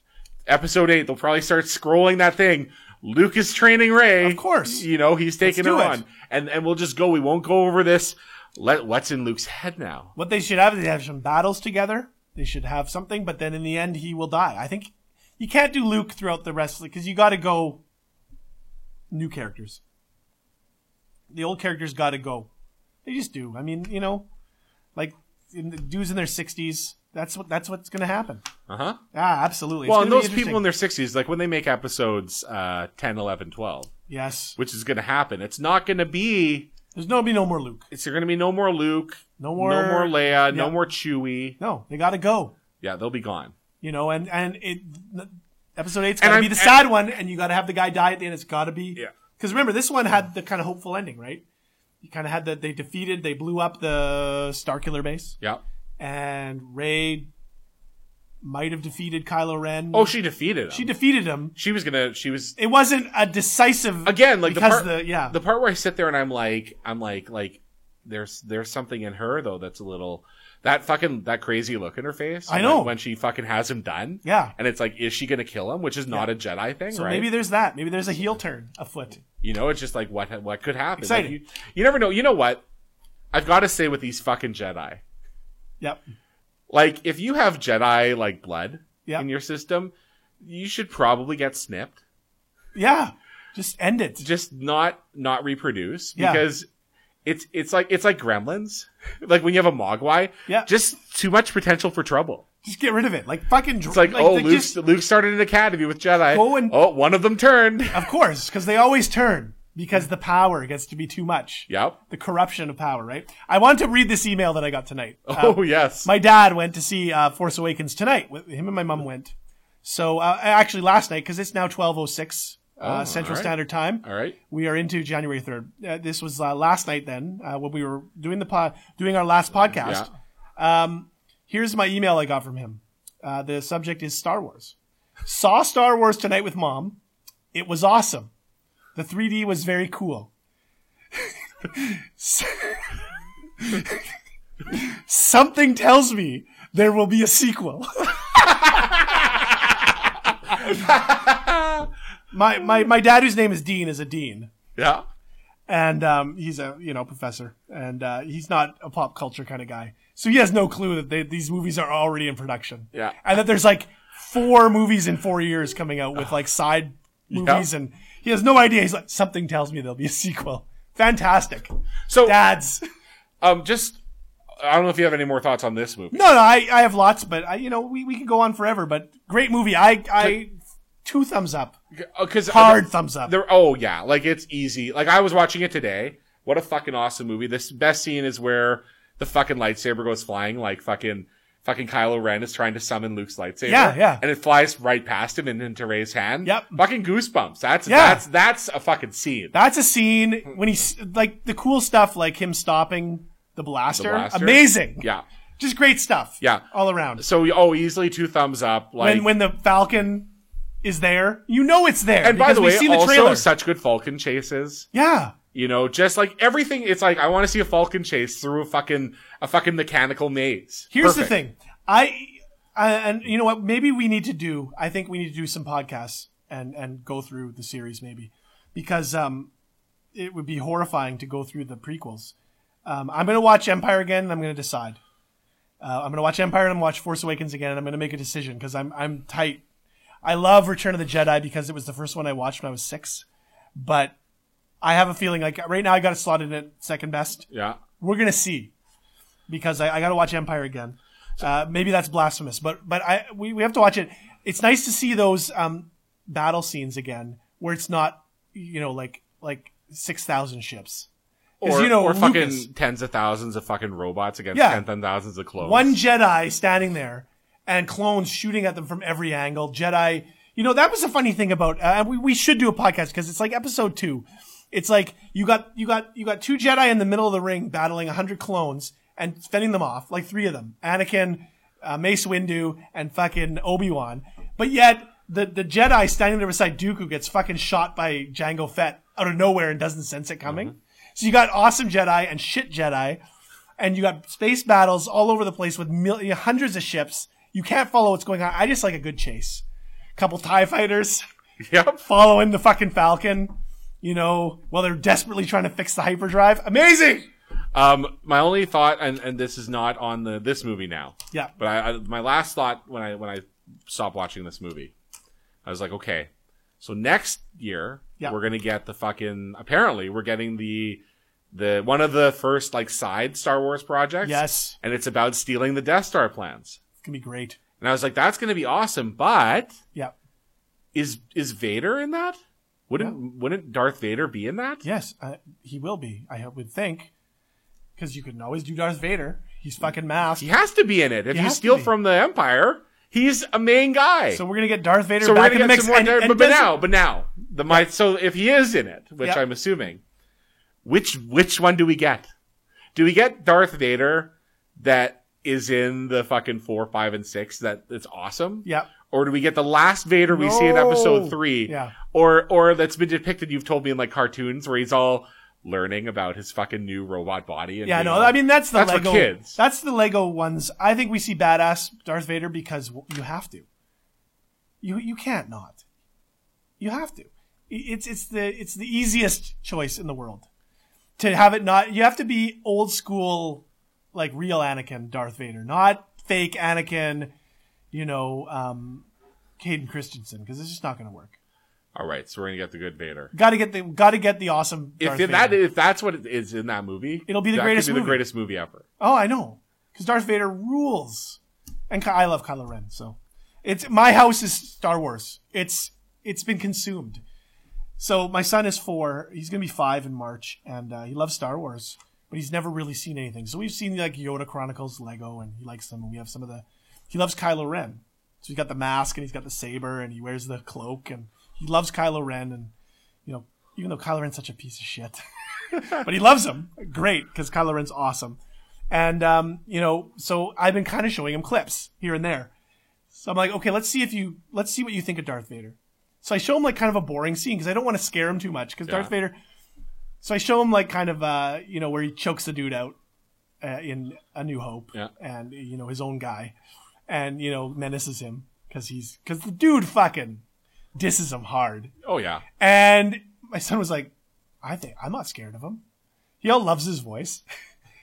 episode eight. They'll probably start scrolling that thing. Luke is training Ray. Of course. you know he's taking her do it. on, and and we'll just go. We won't go over this. Let what's in Luke's head now. What they should have is they have some battles together. They should have something, but then in the end, he will die. I think you can't do Luke throughout the rest of because you got to go new characters. The old characters got to go. They just do. I mean, you know, like in the dudes in their sixties. That's what. That's what's going to happen. Uh huh. Ah, absolutely. It's Well, gonna and be those interesting. people in their 60s, like when they make episodes uh, 10, 11, 12, yes. which is going to happen, it's not going to be, There's no be no more Luke. it's going to be no more Luke, No more. no more Leia, no yeah. more Chewie. No, they got to go. Yeah, they'll be gone. You know, and and it episode eight's And got to I'm- be the and- sad one, and you got to have the guy die at the end. It's got to be Yeah. Because remember, this one had the kind of hopeful ending, right? You kind of had that they defeated, they blew up the Starkiller base, Yeah. and Ray might have defeated Kylo Ren. Oh, she defeated him. she defeated him. she was going to, she was, It wasn't a decisive again, like the because part, the yeah the part where I sit there and I'm like, I'm like, like, there's, there's something in her though that's a little, that fucking, that crazy look in her face. I know. When, when she fucking has him done. Yeah. And it's like, is she going to kill him? Which is not a Jedi thing, so right? maybe there's that. Maybe there's a heel turn afoot. You know, it's just like what what could happen. Like, Exciting. you, you never know. You know what? I've got to say with these fucking Jedi, Yep. like if you have Jedi like blood Yeah. in your system, you should probably get snipped. Yeah. Just end it. Just not not reproduce Yeah. because it's it's like it's like Gremlins, like when you have a Mogwai. Yeah. Just too much potential for trouble. Just get rid of it. Like fucking. It's like, oh, they Luke just- Luke started an academy with Jedi. Go and- oh, one of them turned. Of course, because they always turn because the power gets to be too much. yep. The corruption of power, right? I want to read this email that I got tonight. Uh, oh yes. my dad went to see uh, Force Awakens tonight. With him and my mom went. So uh, actually, last night because it's now twelve oh six all Central right. Standard Time. All right. We are into January third. Uh, this was uh, last night then uh, when we were doing the po- doing our last podcast. Um, Yeah. Here's my email I got from him. Uh, the subject is Star Wars. Saw Star Wars tonight with mom. It was awesome. The 3D was very cool. S- Something tells me there will be a sequel. my, my, my dad, whose name is Dean, is a dean Yeah. and um, he's a you know professor, and uh, he's not a pop culture kind of guy, so he has no clue that they, these movies are already in production. Yeah. and that there's like four movies in four years coming out with like side movies, and he has no idea. He's like, something tells me there'll be a sequel. Fantastic, So dads. Um, just I don't know if you have any more thoughts on this movie. No, no, I, I have lots, but I, you know, we, we could go on forever. But great movie. I, I, two thumbs up, because hard thumbs up. There, oh yeah, like it's easy. Like I was watching it today. What a fucking awesome movie! This best scene is where the fucking lightsaber goes flying, like fucking fucking Kylo Ren is trying to summon Luke's lightsaber. Yeah, yeah. And it flies right past him and into Ray's hand. Yep. Fucking goosebumps. That's Yeah. that's that's a fucking scene. That's a scene when he's like the cool stuff, like him stopping the blaster. blaster. Amazing. yeah. just great stuff. Yeah. all around. So oh, easily two thumbs up. Like when when the Falcon is there, you know it's there. and by because the we've way, seen also trailer. such good Falcon chases. yeah, You know, just like everything, it's like I want to see a falcon chase through a fucking a fucking mechanical maze. here's the Perfect. thing. I, I and you know what? Maybe we need to do. I think we need to do some podcasts and and go through the series maybe because um it would be horrifying to go through the prequels. Um, I'm gonna watch Empire again, and I'm gonna decide. Uh, I'm gonna watch Empire and I'm gonna watch Force Awakens again, and I'm gonna make a decision because I'm I'm tight. I love Return of the Jedi because it was the first one I watched when I was six, but I have a feeling like right now I got it slotted in at second best. Yeah. we're gonna see because I, I got to watch Empire again. Uh, maybe that's blasphemous, but but I we, we have to watch it. It's nice to see those um, battle scenes again where it's not you know like like six thousand ships. 'Cause, Or, you know, or fucking Lucas- tens of thousands of fucking robots against Yeah. tens of thousands of clones. One Jedi standing there and clones shooting at them from every angle. Jedi, you know, that was a funny thing about, uh, and we, we should do a podcast because it's like episode two. It's like you got, you got, you got two Jedi in the middle of the ring battling a hundred clones and fending them off, like three of them. Anakin, uh, Mace Windu, and fucking Obi-Wan. But yet, the, the Jedi standing there beside Dooku gets fucking shot by Jango Fett out of nowhere and doesn't sense it coming. So you got awesome Jedi and shit Jedi and you got space battles all over the place with mil- hundreds of ships. You can't follow what's going on. I just like a good chase. Couple TIE fighters Yep. following the fucking Falcon, you know, while they're desperately trying to fix the hyperdrive. Amazing! Um, my only thought, and, and this is not on the this movie now. Yeah. But I, I, my last thought when I when I stopped watching this movie, I was like, okay, so next year Yeah. we're gonna get the fucking. Apparently, we're getting the the one of the first like side Star Wars projects. Yes. and it's about stealing the Death Star plans. It's going to be great. And I was like, that's gonna be awesome. But Yeah. is is Vader in that? Wouldn't wouldn't Darth Vader be in that? Yes, uh, he will be, I hope- would think. Because you can always do Darth Vader. He's fucking masked. He has to be in it. If He you has to steal be. from the Empire, he's a main guy. So we're going to get Darth Vader so we're back in gonna the get mix. some more. and- Dar- and but, but doesn't- now, but now, the my so if he is in it, which Yeah. I'm assuming, which which one do we get? Do we get Darth Vader that is in the fucking four, five, and six that it's awesome? Yeah. Or do we get the last Vader we see in episode No. three? Yeah. Or or that's been depicted. You've told me in like cartoons where he's all learning about his fucking new robot body. And Yeah, being no, all- I mean that's the That's for Lego. kids. That's the Lego ones. I think we see badass Darth Vader because w- you have to. You you can't not. You have to. I- It's it's the it's the easiest choice in the world to have it not. You have to be old school, like real Anakin Darth Vader, not fake Anakin. You know, um, Caden Christensen, because it's just not going to work. all right. So we're gonna get the good Vader. Got to get the got to get the awesome. If Darth in that Vader. if that's what it is in that movie, It'll be the that could greatest be the movie. greatest movie ever. Oh, I know, because Darth Vader rules, and Ky- I love Kylo Ren. So, it's my house is Star Wars. It's it's been consumed. So my son is four. He's gonna be five in March, and uh, he loves Star Wars, but he's never really seen anything. So we've seen like Yoda Chronicles, Lego, and he likes them. And we have some of the. He loves Kylo Ren, so he's got the mask and he's got the saber and he wears the cloak and he loves Kylo Ren and you know even though Kylo Ren's such a piece of shit, but he loves him. Great because Kylo Ren's awesome. And um, you know, so I've been kind of showing him clips here and there. So I'm like, okay, let's see if you let's see what you think of Darth Vader. So I show him like kind of a boring scene because I don't want to scare him too much because Darth Vader. So I show him like kind of uh, you know where he chokes the dude out uh, in A New Hope, Yeah. and you know his own guy, and you know menaces him because he's because the dude fucking disses him hard. Oh yeah. And my son was like, I think I'm not scared of him. He all loves his voice.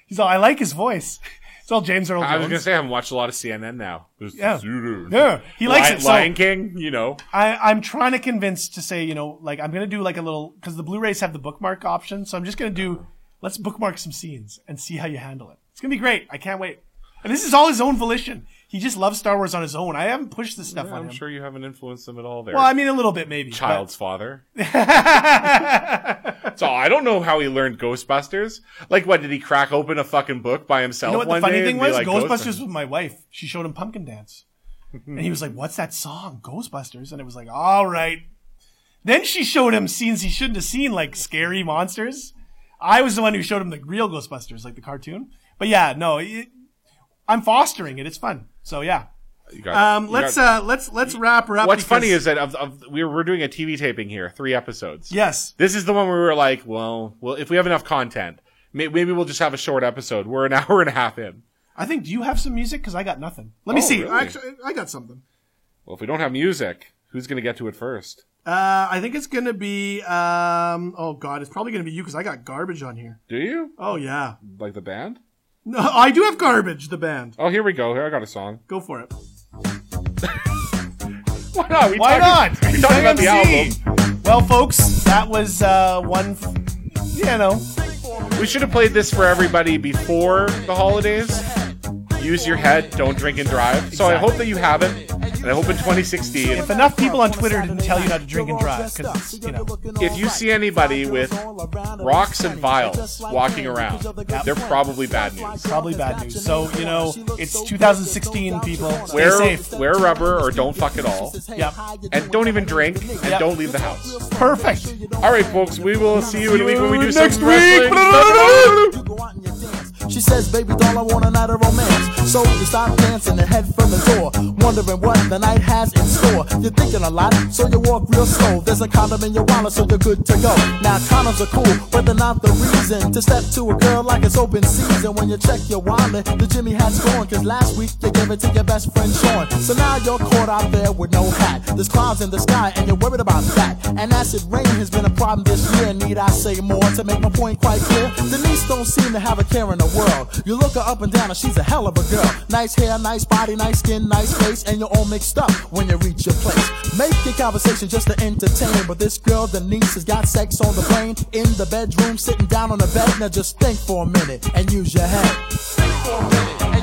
He's all, I like his voice. It's all James Earl I was gonna Jones. say I haven't watched a lot of CNN now. Yeah. Yeah, he likes it. So Lion King, you know. I, I'm trying to convince to say, you know, like I'm gonna do like a little because the Blu-rays have the bookmark option, so I'm just gonna do let's bookmark some scenes and see how you handle it. It's gonna be great. I can't wait. And this is all his own volition. He just loves Star Wars on his own. I haven't pushed this stuff on I'm him. sure you haven't influenced them at all. There, Well, I mean, a little bit maybe. but- child's father. so I don't know how he learned Ghostbusters. Like, what did he crack open a fucking book by himself? You know what one the funny day thing and be was? like, Ghostbusters was my wife. She showed him Pumpkin Dance. and he was like, What's that song? Ghostbusters. And it was like, All right. Then she showed him scenes he shouldn't have seen, like scary monsters. I was the one who showed him the real Ghostbusters, like the cartoon. But yeah, no, it, I'm fostering it. It's fun. So yeah. You got- Um, you let's got- uh, let's let's wrap her up. What's because- funny is that of, of we're we're doing a TV taping here, three episodes. yes, This is the one where we were like, well, well, if we have enough content, may- maybe we'll just have a short episode. We're an hour and a half in. I think. Do you have some music? Because I got nothing. Let me Oh, see. really? Actually, I got something. Well, if we don't have music, who's gonna get to it first? Uh, I think it's gonna be. Um, oh God, it's probably gonna be you because I got garbage on here. Do you Oh yeah. like the band? No, I do have garbage. The band. Oh, here we go. Here I got a song. Go for it. Why not? We Why talked- not? We talked about the album. MMC. Well, folks, that was uh, one. F- you know, We should have played this for everybody before the holidays. Use your head, don't drink and drive. So I hope that you have it, and I hope in 2016, if enough people on Twitter didn't tell you not to drink and drive, because you know, if you see anybody with rocks and vials walking around, they're probably bad news. probably bad news. So you know, it's 2016, people. Stay Wear, safe. wear rubber or don't fuck at all, Yep. and don't even drink, and Yep. don't leave the house. Perfect. All right, folks, we will see you in a week when we do Next some week. wrestling. go out and you dance. She says, baby doll, I want a night of romance. So you stop dancing and head for the door. wondering what the night has in store. You're thinking a lot, so you walk real slow. There's a condom in your wallet, so you're good to go. Now condoms are cool, but they're not the reason to step to a girl like it's open season. When you check your wallet, the Jimmy hat's gone. Cause last week you gave it to your best friend Sean. So now you're caught out there with no hat. There's clouds in the sky, and you're worried about that. And acid rain has been a problem this year. Need I say more to make my point quite clear? Denise don't seem to have a care in the world. You look her up and down, and she's a hell of a girl. Nice hair, nice body, nice skin, nice face, and you're all mixed up when you reach your place. Make your conversation just to entertain, but this girl Denise has got sex on the brain in the bedroom, sitting down on the bed. Now just think for a minute and use your head. Think for a minute.